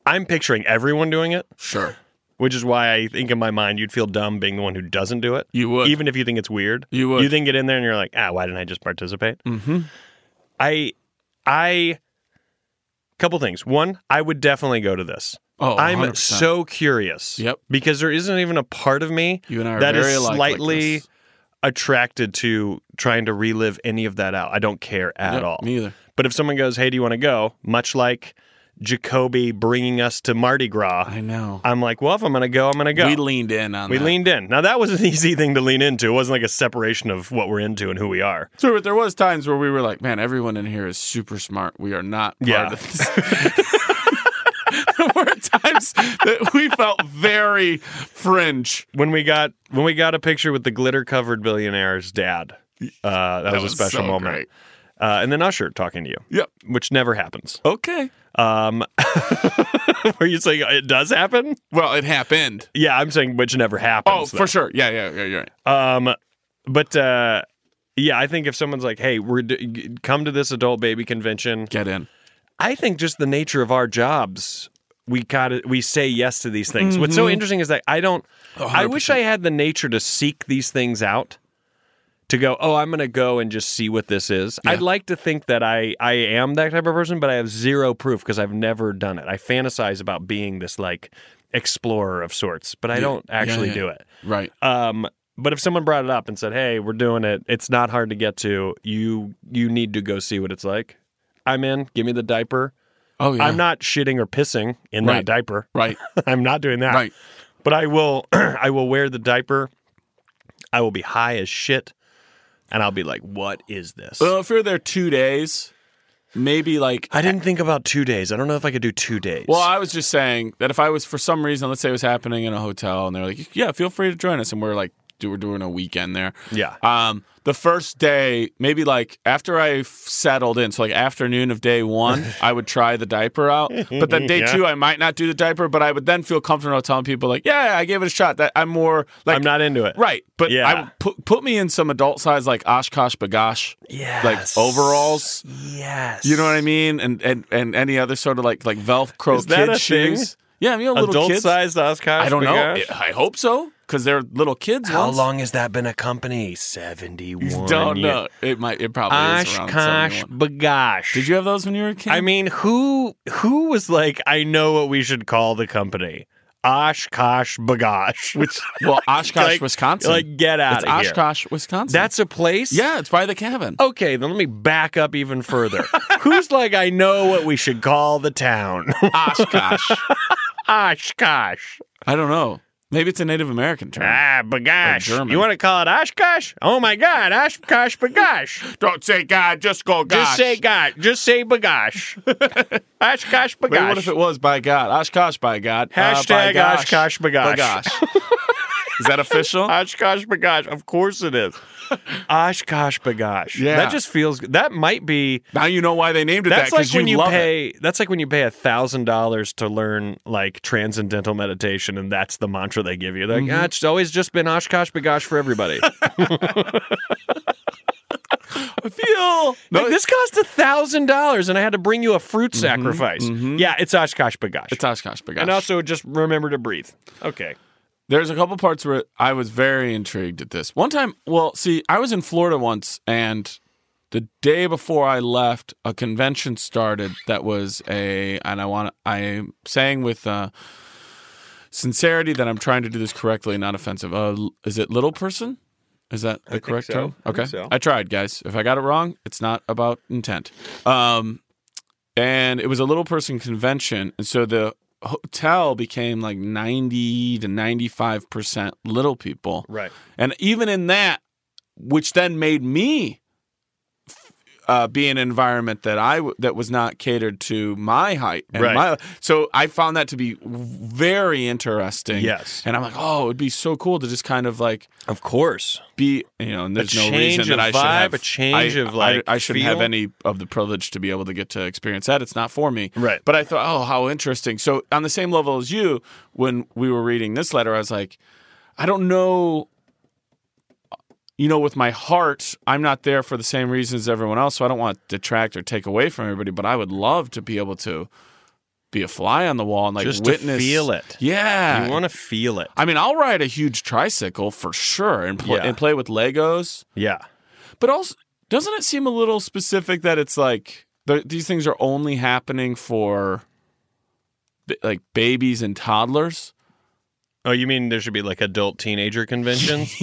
[SPEAKER 5] I'm picturing everyone doing it.
[SPEAKER 4] Sure.
[SPEAKER 5] which is why I think in my mind you'd feel dumb being the one who doesn't do it.
[SPEAKER 4] You would.
[SPEAKER 5] even if you think it's weird.
[SPEAKER 4] You would.
[SPEAKER 5] You think it in there, and you're like, ah, why didn't I just participate? Mm-hmm. I, I, couple things. One, I would definitely go to this.
[SPEAKER 4] Oh,
[SPEAKER 5] i am
[SPEAKER 4] 100%.
[SPEAKER 5] so curious.
[SPEAKER 4] Yep.
[SPEAKER 5] Because there isn't even a part of me
[SPEAKER 4] You and I are
[SPEAKER 5] that is
[SPEAKER 4] very alike like
[SPEAKER 5] slightly
[SPEAKER 4] this.
[SPEAKER 5] attracted to trying to relive any of that out. I don't care at
[SPEAKER 4] Yep,
[SPEAKER 5] all.
[SPEAKER 4] me either.
[SPEAKER 5] But if someone goes, "Hey, do you want to go?" Much like Jacoby bringing us to Mardi Gras,
[SPEAKER 4] I know.
[SPEAKER 5] I'm like, well, if I'm going to go, I'm going to go.
[SPEAKER 4] We leaned in on
[SPEAKER 5] We
[SPEAKER 4] that.
[SPEAKER 5] leaned in. Now, that was an easy thing to lean into. It wasn't like a separation of what we're into and who we are.
[SPEAKER 4] So but there was times where we were like, man, everyone in here is super smart. We are not part
[SPEAKER 5] Yeah.
[SPEAKER 4] of this. there were times that we felt very fringe.
[SPEAKER 5] When we got when we got a picture with the glitter covered billionaire's dad, uh, that, was,
[SPEAKER 4] was
[SPEAKER 5] a special
[SPEAKER 4] so
[SPEAKER 5] moment.
[SPEAKER 4] great.
[SPEAKER 5] Uh, and then Usher talking to you,
[SPEAKER 4] Yep.
[SPEAKER 5] which never happens.
[SPEAKER 4] Okay.
[SPEAKER 5] Um, were you saying it does happen?
[SPEAKER 4] Well, it happened.
[SPEAKER 5] Yeah, I'm saying which never happens.
[SPEAKER 4] Oh,
[SPEAKER 5] though.
[SPEAKER 4] for sure. Yeah, yeah, yeah. You're right.
[SPEAKER 5] Um, but uh, yeah, I think if someone's like, "Hey, we're d- g- come to this adult baby convention,"
[SPEAKER 4] Get in.
[SPEAKER 5] I think just the nature of our jobs, we got it. We say yes to these things. What's so
[SPEAKER 4] Mm-hmm.
[SPEAKER 5] interesting is that I don't. I wish I had the nature to seek these things out. To go, oh, I'm going to go and just see what this is. I'd like to think that I I am that type of person, but I have zero proof because I've never done it. I fantasize about being this like explorer of sorts, but I don't actually
[SPEAKER 4] yeah.
[SPEAKER 5] do it.
[SPEAKER 4] Right.
[SPEAKER 5] Um, but if someone brought it up and said, "Hey, we're doing it. It's not hard to get to. You you need to go see what it's like." I'm in. Give me the diaper.
[SPEAKER 4] Oh, yeah.
[SPEAKER 5] I'm not shitting or pissing in
[SPEAKER 4] Right.
[SPEAKER 5] that diaper.
[SPEAKER 4] Right.
[SPEAKER 5] I'm not doing that.
[SPEAKER 4] Right.
[SPEAKER 5] But I will. I will wear the diaper. I will be high as shit, and I'll be like, "What is this?"
[SPEAKER 4] Well, if you're there two days, maybe like
[SPEAKER 5] I didn't think about two days. I don't know if I could do two days.
[SPEAKER 4] Well, I was just saying that if I was for some reason, let's say it was happening in a hotel, and they're like, "Yeah, feel free to join us," and we're like, "Do we're doing a weekend there?"
[SPEAKER 5] Yeah.
[SPEAKER 4] Um, the first day, maybe like after I f- settled in, so like afternoon of day one, I would try the diaper out. But then day
[SPEAKER 5] Yeah.
[SPEAKER 4] two, I might not do the diaper, but I would then feel comfortable telling people like, "Yeah, I gave it a shot." That I'm more like
[SPEAKER 5] I'm not into it.
[SPEAKER 4] Right, but
[SPEAKER 5] Yeah.
[SPEAKER 4] I would put put me in some adult size like Oshkosh Bagosh,
[SPEAKER 5] Yes.
[SPEAKER 4] like overalls.
[SPEAKER 5] Yes.
[SPEAKER 4] You know what I mean? And and and any other sort of like like Velcro
[SPEAKER 5] Is that
[SPEAKER 4] kid
[SPEAKER 5] a thing?
[SPEAKER 4] shoes. Yeah, I mean, you know, little
[SPEAKER 5] Adult
[SPEAKER 4] kids.
[SPEAKER 5] sized Oscar.
[SPEAKER 4] I don't know. I hope so because they're little kids.
[SPEAKER 5] How
[SPEAKER 4] ones.
[SPEAKER 5] long has that been a company? Seventy-one.
[SPEAKER 4] Don't
[SPEAKER 5] years.
[SPEAKER 4] know. It might. It probably
[SPEAKER 5] Osh
[SPEAKER 4] is around
[SPEAKER 5] kosh
[SPEAKER 4] 71.
[SPEAKER 5] bagosh.
[SPEAKER 4] Did you have those when you were a kid?
[SPEAKER 5] I mean, who who was like, I know what we should call the company. Osh kosh bagosh. Which
[SPEAKER 4] well, Oshkosh,
[SPEAKER 5] like-
[SPEAKER 4] Wisconsin.
[SPEAKER 5] Like, get out
[SPEAKER 4] it's
[SPEAKER 5] of here.
[SPEAKER 4] Oshkosh, Wisconsin.
[SPEAKER 5] That's a place.
[SPEAKER 4] yeah. It's by the cabin.
[SPEAKER 5] Okay, then let me back up even further. Who's like, I know what we should call the town?
[SPEAKER 4] Oshkosh.
[SPEAKER 5] Oshkosh.
[SPEAKER 4] I don't know. Maybe it's a Native American term.
[SPEAKER 5] Ah, bagosh.
[SPEAKER 4] German.
[SPEAKER 5] You want to call it Oshkosh? Oh my God, Oshkosh bagosh.
[SPEAKER 4] Don't say God. Just go God.
[SPEAKER 5] Just say God. Just say bagosh. Oshkosh bagosh.
[SPEAKER 4] Wait, what if it was by God? Oshkosh by God. Uh, by
[SPEAKER 5] Hashtag
[SPEAKER 4] gosh.
[SPEAKER 5] Oshkosh bagosh.
[SPEAKER 4] Bagosh. Is that official?
[SPEAKER 5] Oshkosh bagosh. Of course it is. Oshkosh bagosh.
[SPEAKER 4] Yeah.
[SPEAKER 5] That just feels that might be
[SPEAKER 4] Now you know why they named it
[SPEAKER 5] that's
[SPEAKER 4] that
[SPEAKER 5] like
[SPEAKER 4] because
[SPEAKER 5] when
[SPEAKER 4] you,
[SPEAKER 5] you,
[SPEAKER 4] love it.
[SPEAKER 5] pay that's like when you pay a thousand dollars to learn like transcendental meditation and that's the mantra they give you. They're like,
[SPEAKER 4] Mm-hmm.
[SPEAKER 5] ah, it's always just been Oshkosh bagosh for everybody. I feel
[SPEAKER 4] No, Mm-hmm,
[SPEAKER 5] like, this cost a thousand dollars and I had to bring you a fruit sacrifice. Yeah, it's Oshkosh bagosh.
[SPEAKER 4] It's Oshkosh Bagosh.
[SPEAKER 5] and also just remember to breathe. Okay.
[SPEAKER 4] There's a couple parts where I was very intrigued at this. One time, well, see, I was in Florida once, and the day before I left, a convention started that was a, and I want, I'm saying with uh, sincerity that I'm trying to do this correctly, and not offensive. Uh, l- is it little person? Is that the correct
[SPEAKER 5] so.
[SPEAKER 4] term?
[SPEAKER 5] I
[SPEAKER 4] Okay,
[SPEAKER 5] think so.
[SPEAKER 4] I tried, guys. If I got it wrong, it's not about intent. Um, and it was a little person convention, and so the hotel became like 90 to 95% little people.
[SPEAKER 5] Right.
[SPEAKER 4] And even in that, which then made me uh, be in an environment that I w- that was not catered to my height and
[SPEAKER 5] Right.
[SPEAKER 4] my so I found that to be very interesting.
[SPEAKER 5] Yes.
[SPEAKER 4] and I'm like, oh, it'd be so cool to just kind of like
[SPEAKER 5] Of course.
[SPEAKER 4] be you know, and there's no
[SPEAKER 5] change
[SPEAKER 4] reason
[SPEAKER 5] of
[SPEAKER 4] that I should
[SPEAKER 5] vibe,
[SPEAKER 4] have
[SPEAKER 5] a change
[SPEAKER 4] I-
[SPEAKER 5] of, like,
[SPEAKER 4] I, I shouldn't have
[SPEAKER 5] feel.
[SPEAKER 4] any of the privilege to be able to get to experience that. It's not for me.
[SPEAKER 5] Right.
[SPEAKER 4] But I thought, oh, how interesting. So on the same level as you, when we were reading this letter, I was like, I don't know. You know, with my heart, I'm not there for the same reasons everyone else, so I don't want to detract or take away from everybody. But I would love to be able to be a fly on the wall and like
[SPEAKER 5] Just to
[SPEAKER 4] witness
[SPEAKER 5] feel it.
[SPEAKER 4] Yeah,
[SPEAKER 5] You want to feel it.
[SPEAKER 4] I mean, I'll ride a huge tricycle for sure and play
[SPEAKER 5] Yeah.
[SPEAKER 4] and play with Legos.
[SPEAKER 5] Yeah.
[SPEAKER 4] But also, doesn't it seem a little specific that it's like th- these things are only happening for b- like babies and toddlers?
[SPEAKER 5] Oh, you mean there should be like adult teenager conventions?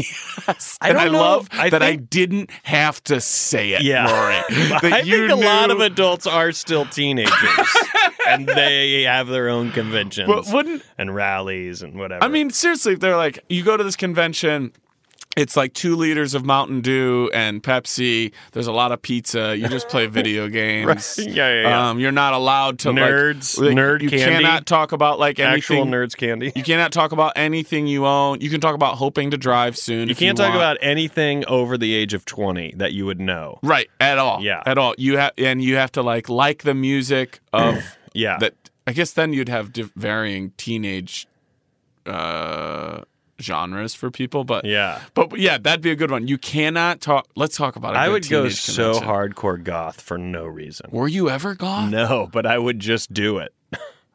[SPEAKER 4] I and
[SPEAKER 5] don't
[SPEAKER 4] I
[SPEAKER 5] know.
[SPEAKER 4] love
[SPEAKER 5] I
[SPEAKER 4] that I
[SPEAKER 5] think-
[SPEAKER 4] didn't have to say it,
[SPEAKER 5] Yeah.
[SPEAKER 4] Rory. That
[SPEAKER 5] I
[SPEAKER 4] you
[SPEAKER 5] think a lot
[SPEAKER 4] knew-
[SPEAKER 5] of adults are still teenagers, and they have their own conventions
[SPEAKER 4] But wouldn't
[SPEAKER 5] and rallies and whatever.
[SPEAKER 4] I mean, seriously, they're like, you go to this convention, it's like two liters of Mountain Dew and Pepsi. There's a lot of pizza. You just play video games.
[SPEAKER 5] Yeah, yeah, yeah.
[SPEAKER 4] Um, you're not allowed to like-
[SPEAKER 5] Nerds,
[SPEAKER 4] like,
[SPEAKER 5] nerd
[SPEAKER 4] You
[SPEAKER 5] candy.
[SPEAKER 4] cannot talk about like
[SPEAKER 5] actual
[SPEAKER 4] anything.
[SPEAKER 5] nerds candy.
[SPEAKER 4] You cannot talk about anything you own. You can talk about hoping to drive soon.
[SPEAKER 5] You
[SPEAKER 4] if
[SPEAKER 5] can't talk
[SPEAKER 4] want.
[SPEAKER 5] about anything over the age of twenty that you would know.
[SPEAKER 4] right at all.
[SPEAKER 5] Yeah.
[SPEAKER 4] at all. You have and you have to like like the music of
[SPEAKER 5] Yeah,
[SPEAKER 4] that. I guess then you'd have diff- varying teenage uh, genres for people, but
[SPEAKER 5] yeah.
[SPEAKER 4] But yeah, that'd be a good one. You cannot talk. Let's talk about. it.
[SPEAKER 5] I would go so hardcore goth for no reason.
[SPEAKER 4] Were you ever gone?
[SPEAKER 5] No, but I would just do it.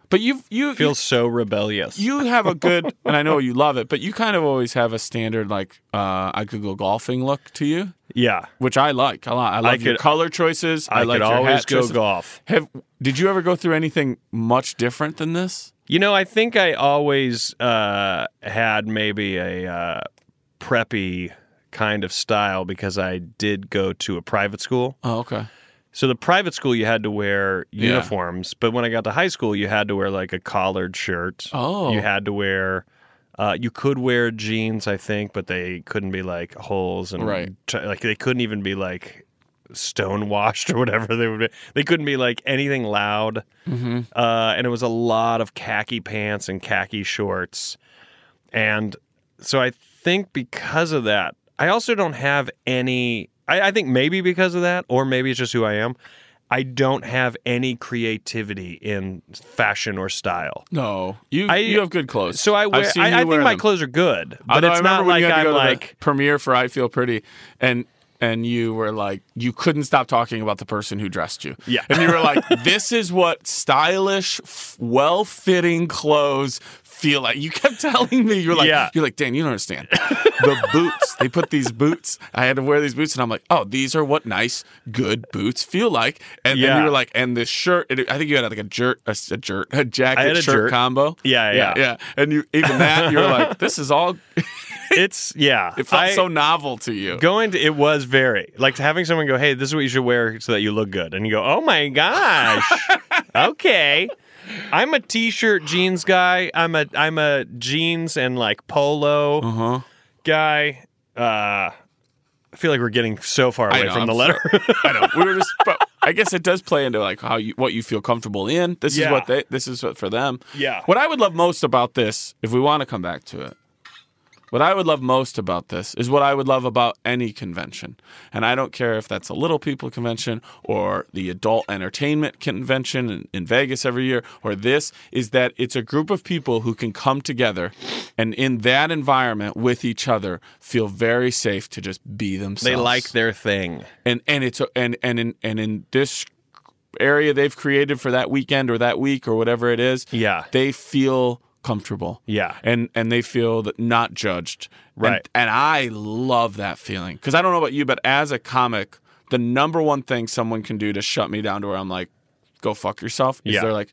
[SPEAKER 4] But you've you
[SPEAKER 5] Feel so rebellious.
[SPEAKER 4] you have a good, and I know you love it, but you kind of always have a standard like uh, I could go golfing look to you,
[SPEAKER 5] yeah,
[SPEAKER 4] which I like a lot. I like your
[SPEAKER 5] could-
[SPEAKER 4] color choices. I,
[SPEAKER 5] I,
[SPEAKER 4] like
[SPEAKER 5] could
[SPEAKER 4] your
[SPEAKER 5] always
[SPEAKER 4] hat
[SPEAKER 5] go
[SPEAKER 4] choices.
[SPEAKER 5] golf.
[SPEAKER 4] Have did you ever go through anything much different than this?
[SPEAKER 5] You know, I think I always uh, had maybe a uh, preppy kind of style because I did go to a private school.
[SPEAKER 4] Oh, okay.
[SPEAKER 5] So the private school you had to wear
[SPEAKER 4] Yeah.
[SPEAKER 5] uniforms, but when I got to high school, you had to wear like a collared shirt.
[SPEAKER 4] Oh.
[SPEAKER 5] you had to wear. Uh, you could wear jeans, I think, but they couldn't be like holes and
[SPEAKER 4] Right.
[SPEAKER 5] t- like they couldn't even be like stone washed or whatever they would be. They couldn't be like anything loud. Uh, and it was a lot of khaki pants and khaki shorts. And so I think because of that, I also don't have any. I, I think maybe because of that, or maybe it's just who I am. I don't have any creativity in fashion or style.
[SPEAKER 4] No, you
[SPEAKER 5] I-
[SPEAKER 4] you have good clothes.
[SPEAKER 5] So I wear.
[SPEAKER 4] I've seen you
[SPEAKER 5] I, I
[SPEAKER 4] wear
[SPEAKER 5] think my
[SPEAKER 4] them.
[SPEAKER 5] clothes are good, but
[SPEAKER 4] Although
[SPEAKER 5] it's
[SPEAKER 4] I
[SPEAKER 5] not
[SPEAKER 4] remember when
[SPEAKER 5] like
[SPEAKER 4] you had to go
[SPEAKER 5] I'm
[SPEAKER 4] to the
[SPEAKER 5] like.
[SPEAKER 4] premiere for I Feel Pretty, and and you were like you couldn't stop talking about the person who dressed you.
[SPEAKER 5] Yeah.
[SPEAKER 4] and you were like, this is what stylish, f- well fitting clothes feel like. You kept telling me you're like
[SPEAKER 5] Yeah.
[SPEAKER 4] you're like Dan, you don't understand. the boots they put these boots. I had to wear these boots, and I'm like, oh, these are what nice, good boots feel like. And then
[SPEAKER 5] Yeah.
[SPEAKER 4] you were like, and this shirt. and I think you had like a jerk, a, s- a jerk, a jacket
[SPEAKER 5] a
[SPEAKER 4] shirt
[SPEAKER 5] jerk.
[SPEAKER 4] combo.
[SPEAKER 5] Yeah, yeah.
[SPEAKER 4] yeah. And you even that, you're like, this is all
[SPEAKER 5] it's yeah.
[SPEAKER 4] it felt
[SPEAKER 5] I-
[SPEAKER 4] so novel to you.
[SPEAKER 5] Going to it was very like having someone go, "Hey, this is what you should wear so that you look good," and you go, "Oh my gosh, okay." I'm a t-shirt jeans guy. I'm a I'm a jeans and like polo
[SPEAKER 4] Uh-huh.
[SPEAKER 5] guy. Uh, I feel like we're getting so far
[SPEAKER 4] I
[SPEAKER 5] away
[SPEAKER 4] know,
[SPEAKER 5] from
[SPEAKER 4] I'm
[SPEAKER 5] the letter.
[SPEAKER 4] I know. We were just, but I guess it does play into like how you what you feel comfortable in. This
[SPEAKER 5] Yeah.
[SPEAKER 4] is what they. This is what for them.
[SPEAKER 5] Yeah.
[SPEAKER 4] What I would love most about this, if we want to come back to it, what I would love most about this is what I would love about any convention, and I don't care if that's a little people convention or the adult entertainment convention in, in Vegas every year, or this is that it's a group of people who can come together, and in that environment with each other, feel very safe to just be themselves
[SPEAKER 5] they like their thing.
[SPEAKER 4] and and it's and and in and in this area they've created for that weekend or that week or whatever it is
[SPEAKER 5] Yeah.
[SPEAKER 4] they feel comfortable
[SPEAKER 5] Yeah.
[SPEAKER 4] and and they feel that not judged And-
[SPEAKER 5] Right.
[SPEAKER 4] and, i love that feeling because i don't know about you but as a comic the number one thing someone can do to shut me down to where i'm like go fuck yourself is
[SPEAKER 5] Yeah.
[SPEAKER 4] they're like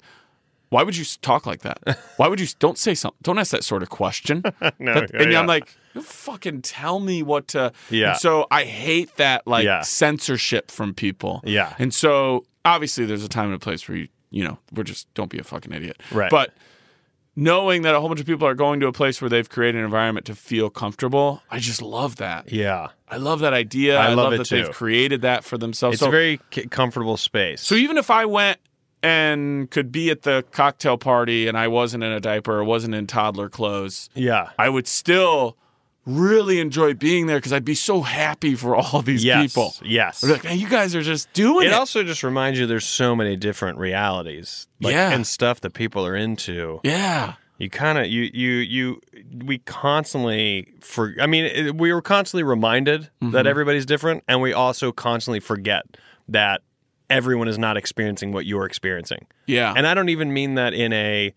[SPEAKER 4] why would you s- talk like that? Why would you s- don't say something? Don't ask that sort of question.
[SPEAKER 5] No,
[SPEAKER 4] That- and
[SPEAKER 5] yeah.
[SPEAKER 4] I'm like, "You fucking tell me what to.
[SPEAKER 5] Yeah.
[SPEAKER 4] And so I hate that like
[SPEAKER 5] Yeah.
[SPEAKER 4] censorship from people.
[SPEAKER 5] Yeah.
[SPEAKER 4] And so obviously there's a time and a place where you you know we're just don't be a fucking idiot.
[SPEAKER 5] Right.
[SPEAKER 4] But knowing that a whole bunch of people are going to a place where they've created an environment to feel comfortable, I just love that.
[SPEAKER 5] Yeah,
[SPEAKER 4] I love that idea.
[SPEAKER 5] I love it
[SPEAKER 4] that
[SPEAKER 5] too.
[SPEAKER 4] they've created that for themselves.
[SPEAKER 5] it's
[SPEAKER 4] oh, so
[SPEAKER 5] a very c- comfortable space.
[SPEAKER 4] so even if I went and could be at the cocktail party and I wasn't in a diaper or wasn't in toddler clothes,
[SPEAKER 5] yeah,
[SPEAKER 4] I would still really enjoy being there because I'd be so happy for all these
[SPEAKER 5] yes,
[SPEAKER 4] people.
[SPEAKER 5] yes.
[SPEAKER 4] I'd be like, man, you guys are just doing it.
[SPEAKER 5] It also just reminds you there's so many different realities like,
[SPEAKER 4] Yeah.
[SPEAKER 5] and stuff that people are into.
[SPEAKER 4] yeah.
[SPEAKER 5] You kind of you you you we constantly for I mean it- we
[SPEAKER 4] Mm-hmm.
[SPEAKER 5] were constantly reminded that everybody's different and we also constantly forget that everyone is not experiencing what you're experiencing.
[SPEAKER 4] Yeah.
[SPEAKER 5] And I don't even mean that in a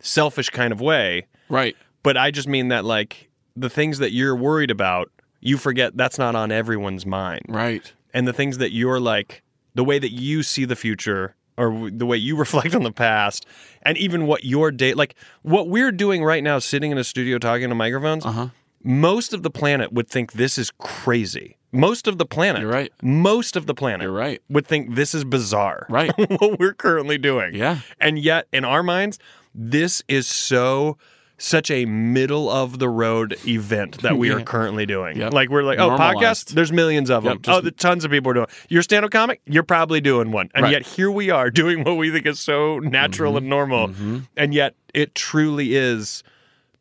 [SPEAKER 5] selfish kind of way,
[SPEAKER 4] right.
[SPEAKER 5] but I just mean that like the things that you're worried about, you forget that's not on everyone's mind.
[SPEAKER 4] Right.
[SPEAKER 5] And the things that you're like, the way that you see the future or w- the way you reflect on the past, and even what your day, like what we're doing right now, sitting in a studio talking to microphones, uh-huh. most of the planet would think this is crazy. Most of the planet.
[SPEAKER 4] You're right.
[SPEAKER 5] Most of the planet.
[SPEAKER 4] You're right.
[SPEAKER 5] Would think this is bizarre.
[SPEAKER 4] Right.
[SPEAKER 5] what we're currently doing.
[SPEAKER 4] Yeah.
[SPEAKER 5] And yet, in our minds, this is so such a middle of the road event that we are currently doing.
[SPEAKER 4] Yep.
[SPEAKER 5] Like we're like, oh,
[SPEAKER 4] Normalized.
[SPEAKER 5] podcast. There's millions of
[SPEAKER 4] Yep,
[SPEAKER 5] them.
[SPEAKER 4] just-
[SPEAKER 5] oh, the tons of people are doing. You're a stand-up comic. You're probably doing one. And
[SPEAKER 4] Right. Mm-hmm.
[SPEAKER 5] yet here we are doing what we think is so natural and normal. And yet it truly is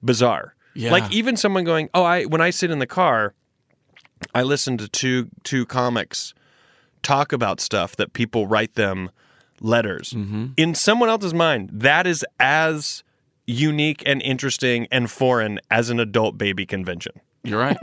[SPEAKER 5] bizarre.
[SPEAKER 4] Yeah.
[SPEAKER 5] Like even someone going, oh, I when I sit in the car, I listen to two two comics talk about stuff that people write them letters.
[SPEAKER 4] Mm-hmm.
[SPEAKER 5] In someone else's mind, that is as unique and interesting and foreign as an adult baby convention.
[SPEAKER 4] You're right.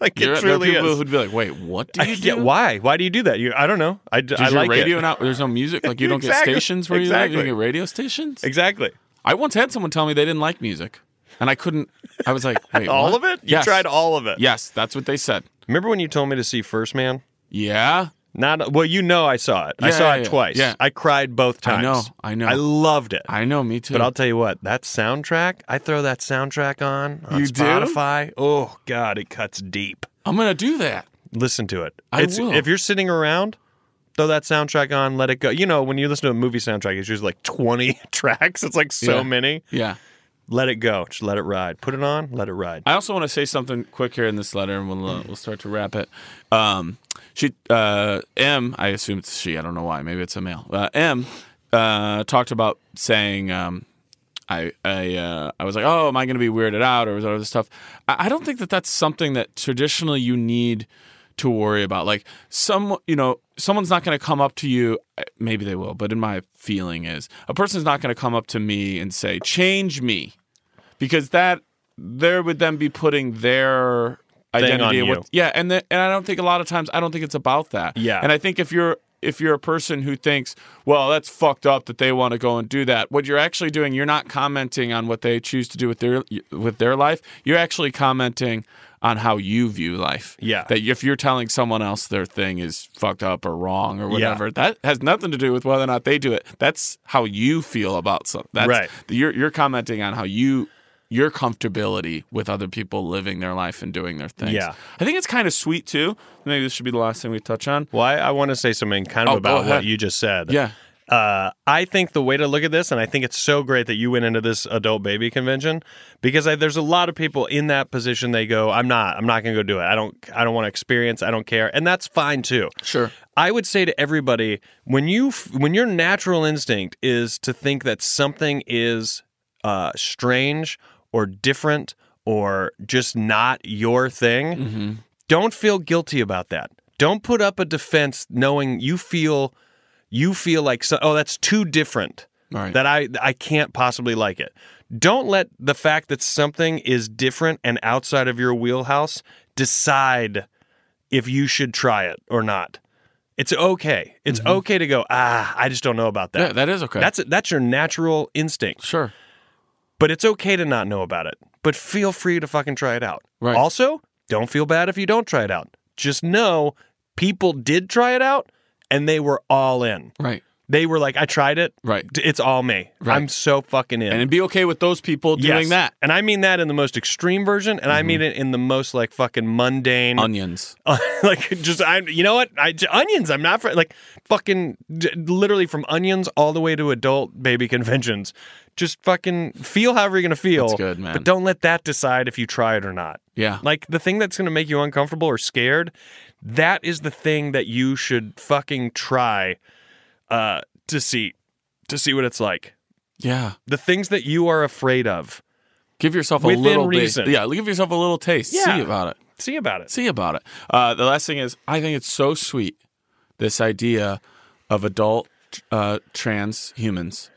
[SPEAKER 5] Like
[SPEAKER 4] You're
[SPEAKER 5] it
[SPEAKER 4] right.
[SPEAKER 5] truly
[SPEAKER 4] there are people
[SPEAKER 5] is.
[SPEAKER 4] who'd be like, "Wait, what do you do?
[SPEAKER 5] yeah, why? Why do you do that? You, I don't know. I, d- I
[SPEAKER 4] Does your
[SPEAKER 5] like
[SPEAKER 4] radio
[SPEAKER 5] it.
[SPEAKER 4] not? There's no music. Like you don't
[SPEAKER 5] Exactly.
[SPEAKER 4] get stations where you live? you
[SPEAKER 5] Exactly.
[SPEAKER 4] don't get radio stations.
[SPEAKER 5] Exactly.
[SPEAKER 4] I once had someone tell me they didn't like music, and I couldn't. I was like, "Wait,
[SPEAKER 5] All
[SPEAKER 4] what?
[SPEAKER 5] of it? You
[SPEAKER 4] Yes.
[SPEAKER 5] tried all of it.
[SPEAKER 4] Yes, that's what they said.
[SPEAKER 5] Remember when you told me to see First Man?
[SPEAKER 4] Yeah,
[SPEAKER 5] Not well. You know, I saw it. I
[SPEAKER 4] Yeah,
[SPEAKER 5] saw
[SPEAKER 4] yeah,
[SPEAKER 5] it
[SPEAKER 4] yeah.
[SPEAKER 5] twice.
[SPEAKER 4] Yeah.
[SPEAKER 5] I cried both
[SPEAKER 4] I
[SPEAKER 5] times.
[SPEAKER 4] know, I know.
[SPEAKER 5] I loved it.
[SPEAKER 4] I know. Me too.
[SPEAKER 5] But I'll tell you what, that soundtrack, I throw that soundtrack on on
[SPEAKER 4] You do?
[SPEAKER 5] Spotify. Oh God, it cuts deep.
[SPEAKER 4] I'm gonna do that.
[SPEAKER 5] Listen to it.
[SPEAKER 4] I
[SPEAKER 5] it's,
[SPEAKER 4] will.
[SPEAKER 5] If you're sitting around, throw that soundtrack on, let it go. You know, when you listen to a movie soundtrack, it's usually like 20 tracks. It's like so
[SPEAKER 4] Yeah.
[SPEAKER 5] many.
[SPEAKER 4] Yeah.
[SPEAKER 5] Let it go. Just let it ride. Put it on. Let it ride.
[SPEAKER 4] I also want to say something quick here in this letter, and we'll uh, we'll start to wrap it. Um, she uh, M, I assume it's she. I don't know why. Maybe it's a male. Uh, M uh, talked about saying. Um, I I, uh, I was like, oh, am I going to be weirded out or is all this stuff? I, I don't think that that's something that traditionally you need to worry about. Like some, you know, someone's not going to come up to you. Maybe they will, but in my feeling is a person's not going to come up to me and say, change me, because that there would then be putting their identity
[SPEAKER 5] on
[SPEAKER 4] with-
[SPEAKER 5] you.
[SPEAKER 4] yeah, and the, and I don't think a lot of times I don't think it's about that.
[SPEAKER 5] Yeah.
[SPEAKER 4] and I think if you're if you're a person who thinks, well, that's fucked up that they want to go and do that, what you're actually doing, you're not commenting on what they choose to do with their with their life. You're actually commenting on how you view life.
[SPEAKER 5] Yeah.
[SPEAKER 4] that if you're telling someone else their thing is fucked up or wrong or whatever, that has nothing to do with whether or not they do it. That's how you feel about something. That's,
[SPEAKER 5] Right.
[SPEAKER 4] You're you're commenting on how you. Your comfortability with other people living their life and doing their things.
[SPEAKER 5] Yeah.
[SPEAKER 4] I think it's kind of sweet too. Maybe this should be the last thing we touch on.
[SPEAKER 5] Well, I, I want to say something kind
[SPEAKER 4] Oh,
[SPEAKER 5] of
[SPEAKER 4] go
[SPEAKER 5] about what
[SPEAKER 4] ahead.
[SPEAKER 5] you just said.
[SPEAKER 4] Yeah.
[SPEAKER 5] Uh, I think the way to look at this, and I think it's so great that you went into this adult baby convention because I, there's a lot of people in that position. They go, "I'm not. I'm not going to go do it. I don't. I don't want to experience. I don't care." And that's fine too.
[SPEAKER 4] Sure.
[SPEAKER 5] I would say to everybody when you f- when your natural instinct is to think that something is uh, strange or different or just not your thing, don't feel guilty about that. Don't put up a defense knowing you feel you feel like so, oh that's too different
[SPEAKER 4] Right.
[SPEAKER 5] that I I can't possibly like it. Don't let the fact that something is different and outside of your wheelhouse decide if you should try it or not. It's okay. It's okay to go, ah, I just don't know about that.
[SPEAKER 4] Mm-hmm. Yeah, that is okay.
[SPEAKER 5] That's that's your natural instinct.
[SPEAKER 4] sure.
[SPEAKER 5] But it's okay to not know about it. But feel free to fucking try it out.
[SPEAKER 4] Right.
[SPEAKER 5] Also, don't feel bad if you don't try it out. Just know people did try it out and they were all in.
[SPEAKER 4] Right.
[SPEAKER 5] They were like, I tried it.
[SPEAKER 4] Right.
[SPEAKER 5] D- It's all me.
[SPEAKER 4] Right.
[SPEAKER 5] I'm so fucking in.
[SPEAKER 4] And be okay with those people
[SPEAKER 5] Yes.
[SPEAKER 4] doing that. Mm-hmm.
[SPEAKER 5] And I mean that in the most extreme version, and I mean it in the most like fucking mundane,
[SPEAKER 4] Onions.
[SPEAKER 5] like just I. You know what? I j- onions. I'm not for like fucking d- literally from onions all the way to adult baby conventions. Just fucking feel however you're gonna feel.
[SPEAKER 4] That's good, man.
[SPEAKER 5] But don't let that decide if you try it or not.
[SPEAKER 4] Yeah.
[SPEAKER 5] Like the thing that's going to make you uncomfortable or scared, that is the thing that you should fucking try uh to see to see what it's like.
[SPEAKER 4] yeah.
[SPEAKER 5] The things that you are afraid of.
[SPEAKER 4] Give yourself a
[SPEAKER 5] Within
[SPEAKER 4] little bit-
[SPEAKER 5] reason.
[SPEAKER 4] Yeah, give yourself a little taste.
[SPEAKER 5] Yeah.
[SPEAKER 4] See about it.
[SPEAKER 5] See about it.
[SPEAKER 4] See about it. Uh, the last thing is, I think it's so sweet this idea of adult uh, trans humans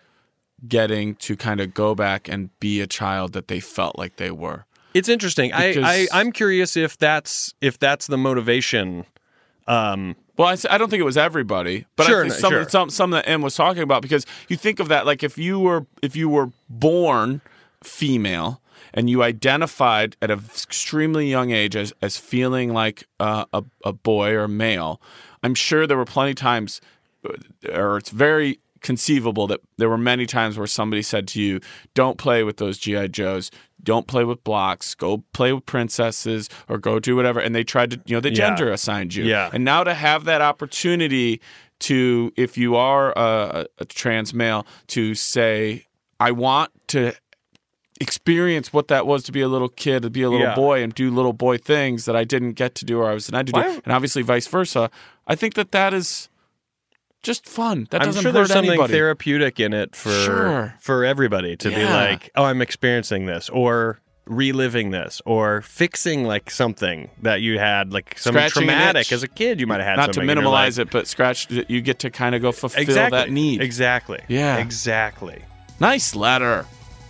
[SPEAKER 4] getting to kind of go back and be a child that they felt like they were.
[SPEAKER 5] It's interesting. I, I
[SPEAKER 4] Because-
[SPEAKER 5] I'm curious if that's if that's the motivation Um,
[SPEAKER 4] Well, I, s- I don't think it was everybody, but
[SPEAKER 5] Sure,
[SPEAKER 4] I think
[SPEAKER 5] no,
[SPEAKER 4] some,
[SPEAKER 5] sure.
[SPEAKER 4] some some that M was talking about because you think of that like if you were if you were born female and you identified at an extremely young age as as feeling like uh, a a boy or male, I'm sure there were plenty times, uh, or it's very conceivable that there were many times where somebody said to you, "Don't play with those GI Joes." Don't play with blocks. Go play with princesses, or go do whatever. And they tried to, you know, they
[SPEAKER 5] Yeah.
[SPEAKER 4] gender assigned you.
[SPEAKER 5] Yeah.
[SPEAKER 4] And now to have that opportunity to, if you are a, a trans male, to say, I want to experience what that was to be a little kid, to be a little
[SPEAKER 5] Yeah.
[SPEAKER 4] boy, and do little boy things that I didn't get to do or I was denied to do,
[SPEAKER 5] Why-
[SPEAKER 4] and obviously vice versa. I think that that is just fun. That
[SPEAKER 5] I'm
[SPEAKER 4] doesn't
[SPEAKER 5] sure
[SPEAKER 4] hurt
[SPEAKER 5] there's something
[SPEAKER 4] anybody.
[SPEAKER 5] therapeutic in it for
[SPEAKER 4] Sure.
[SPEAKER 5] for everybody to be
[SPEAKER 4] Yeah.
[SPEAKER 5] like, oh, I'm experiencing this, or reliving this, or fixing like something that you had, like something
[SPEAKER 4] Scratching an
[SPEAKER 5] traumatic
[SPEAKER 4] itch.
[SPEAKER 5] as a kid. You might have had
[SPEAKER 4] Not to
[SPEAKER 5] something in your
[SPEAKER 4] minimalize
[SPEAKER 5] life.
[SPEAKER 4] it, but scratch. You get to kind of go fulfill
[SPEAKER 5] Exactly.
[SPEAKER 4] that need.
[SPEAKER 5] Exactly.
[SPEAKER 4] Yeah.
[SPEAKER 5] Exactly.
[SPEAKER 4] Nice letter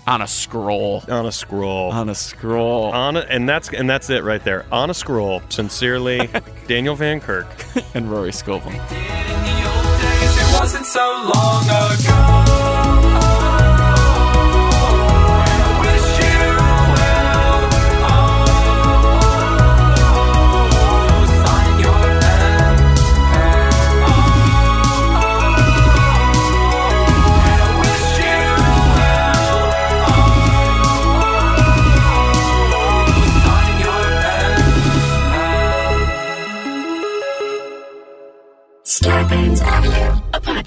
[SPEAKER 4] on a scroll.
[SPEAKER 5] On a scroll.
[SPEAKER 4] On a scroll.
[SPEAKER 5] on a, and that's and that's it right there. On a scroll. Sincerely, Daniel Van Kirk.
[SPEAKER 4] and Rory Scovel.
[SPEAKER 3] It wasn't so long ago. And I wish you well. Oh, sign your pen. And I wish you well. Oh, sign your pen.
[SPEAKER 8] Starburns Audio, a,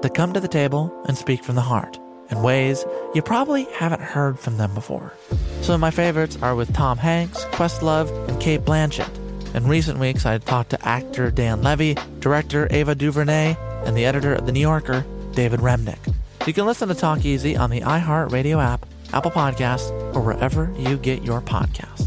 [SPEAKER 2] to come to the table and speak from the heart in ways you probably haven't heard from them before. Some of my favorites are with Tom Hanks, Questlove, and Kate Blanchett. In recent weeks, I talked to actor Dan Levy, director Ava DuVernay, and the editor of The New Yorker, David Remnick. You can listen to Talk Easy on the iHeartRadio app, Apple Podcasts, or wherever you get your podcasts.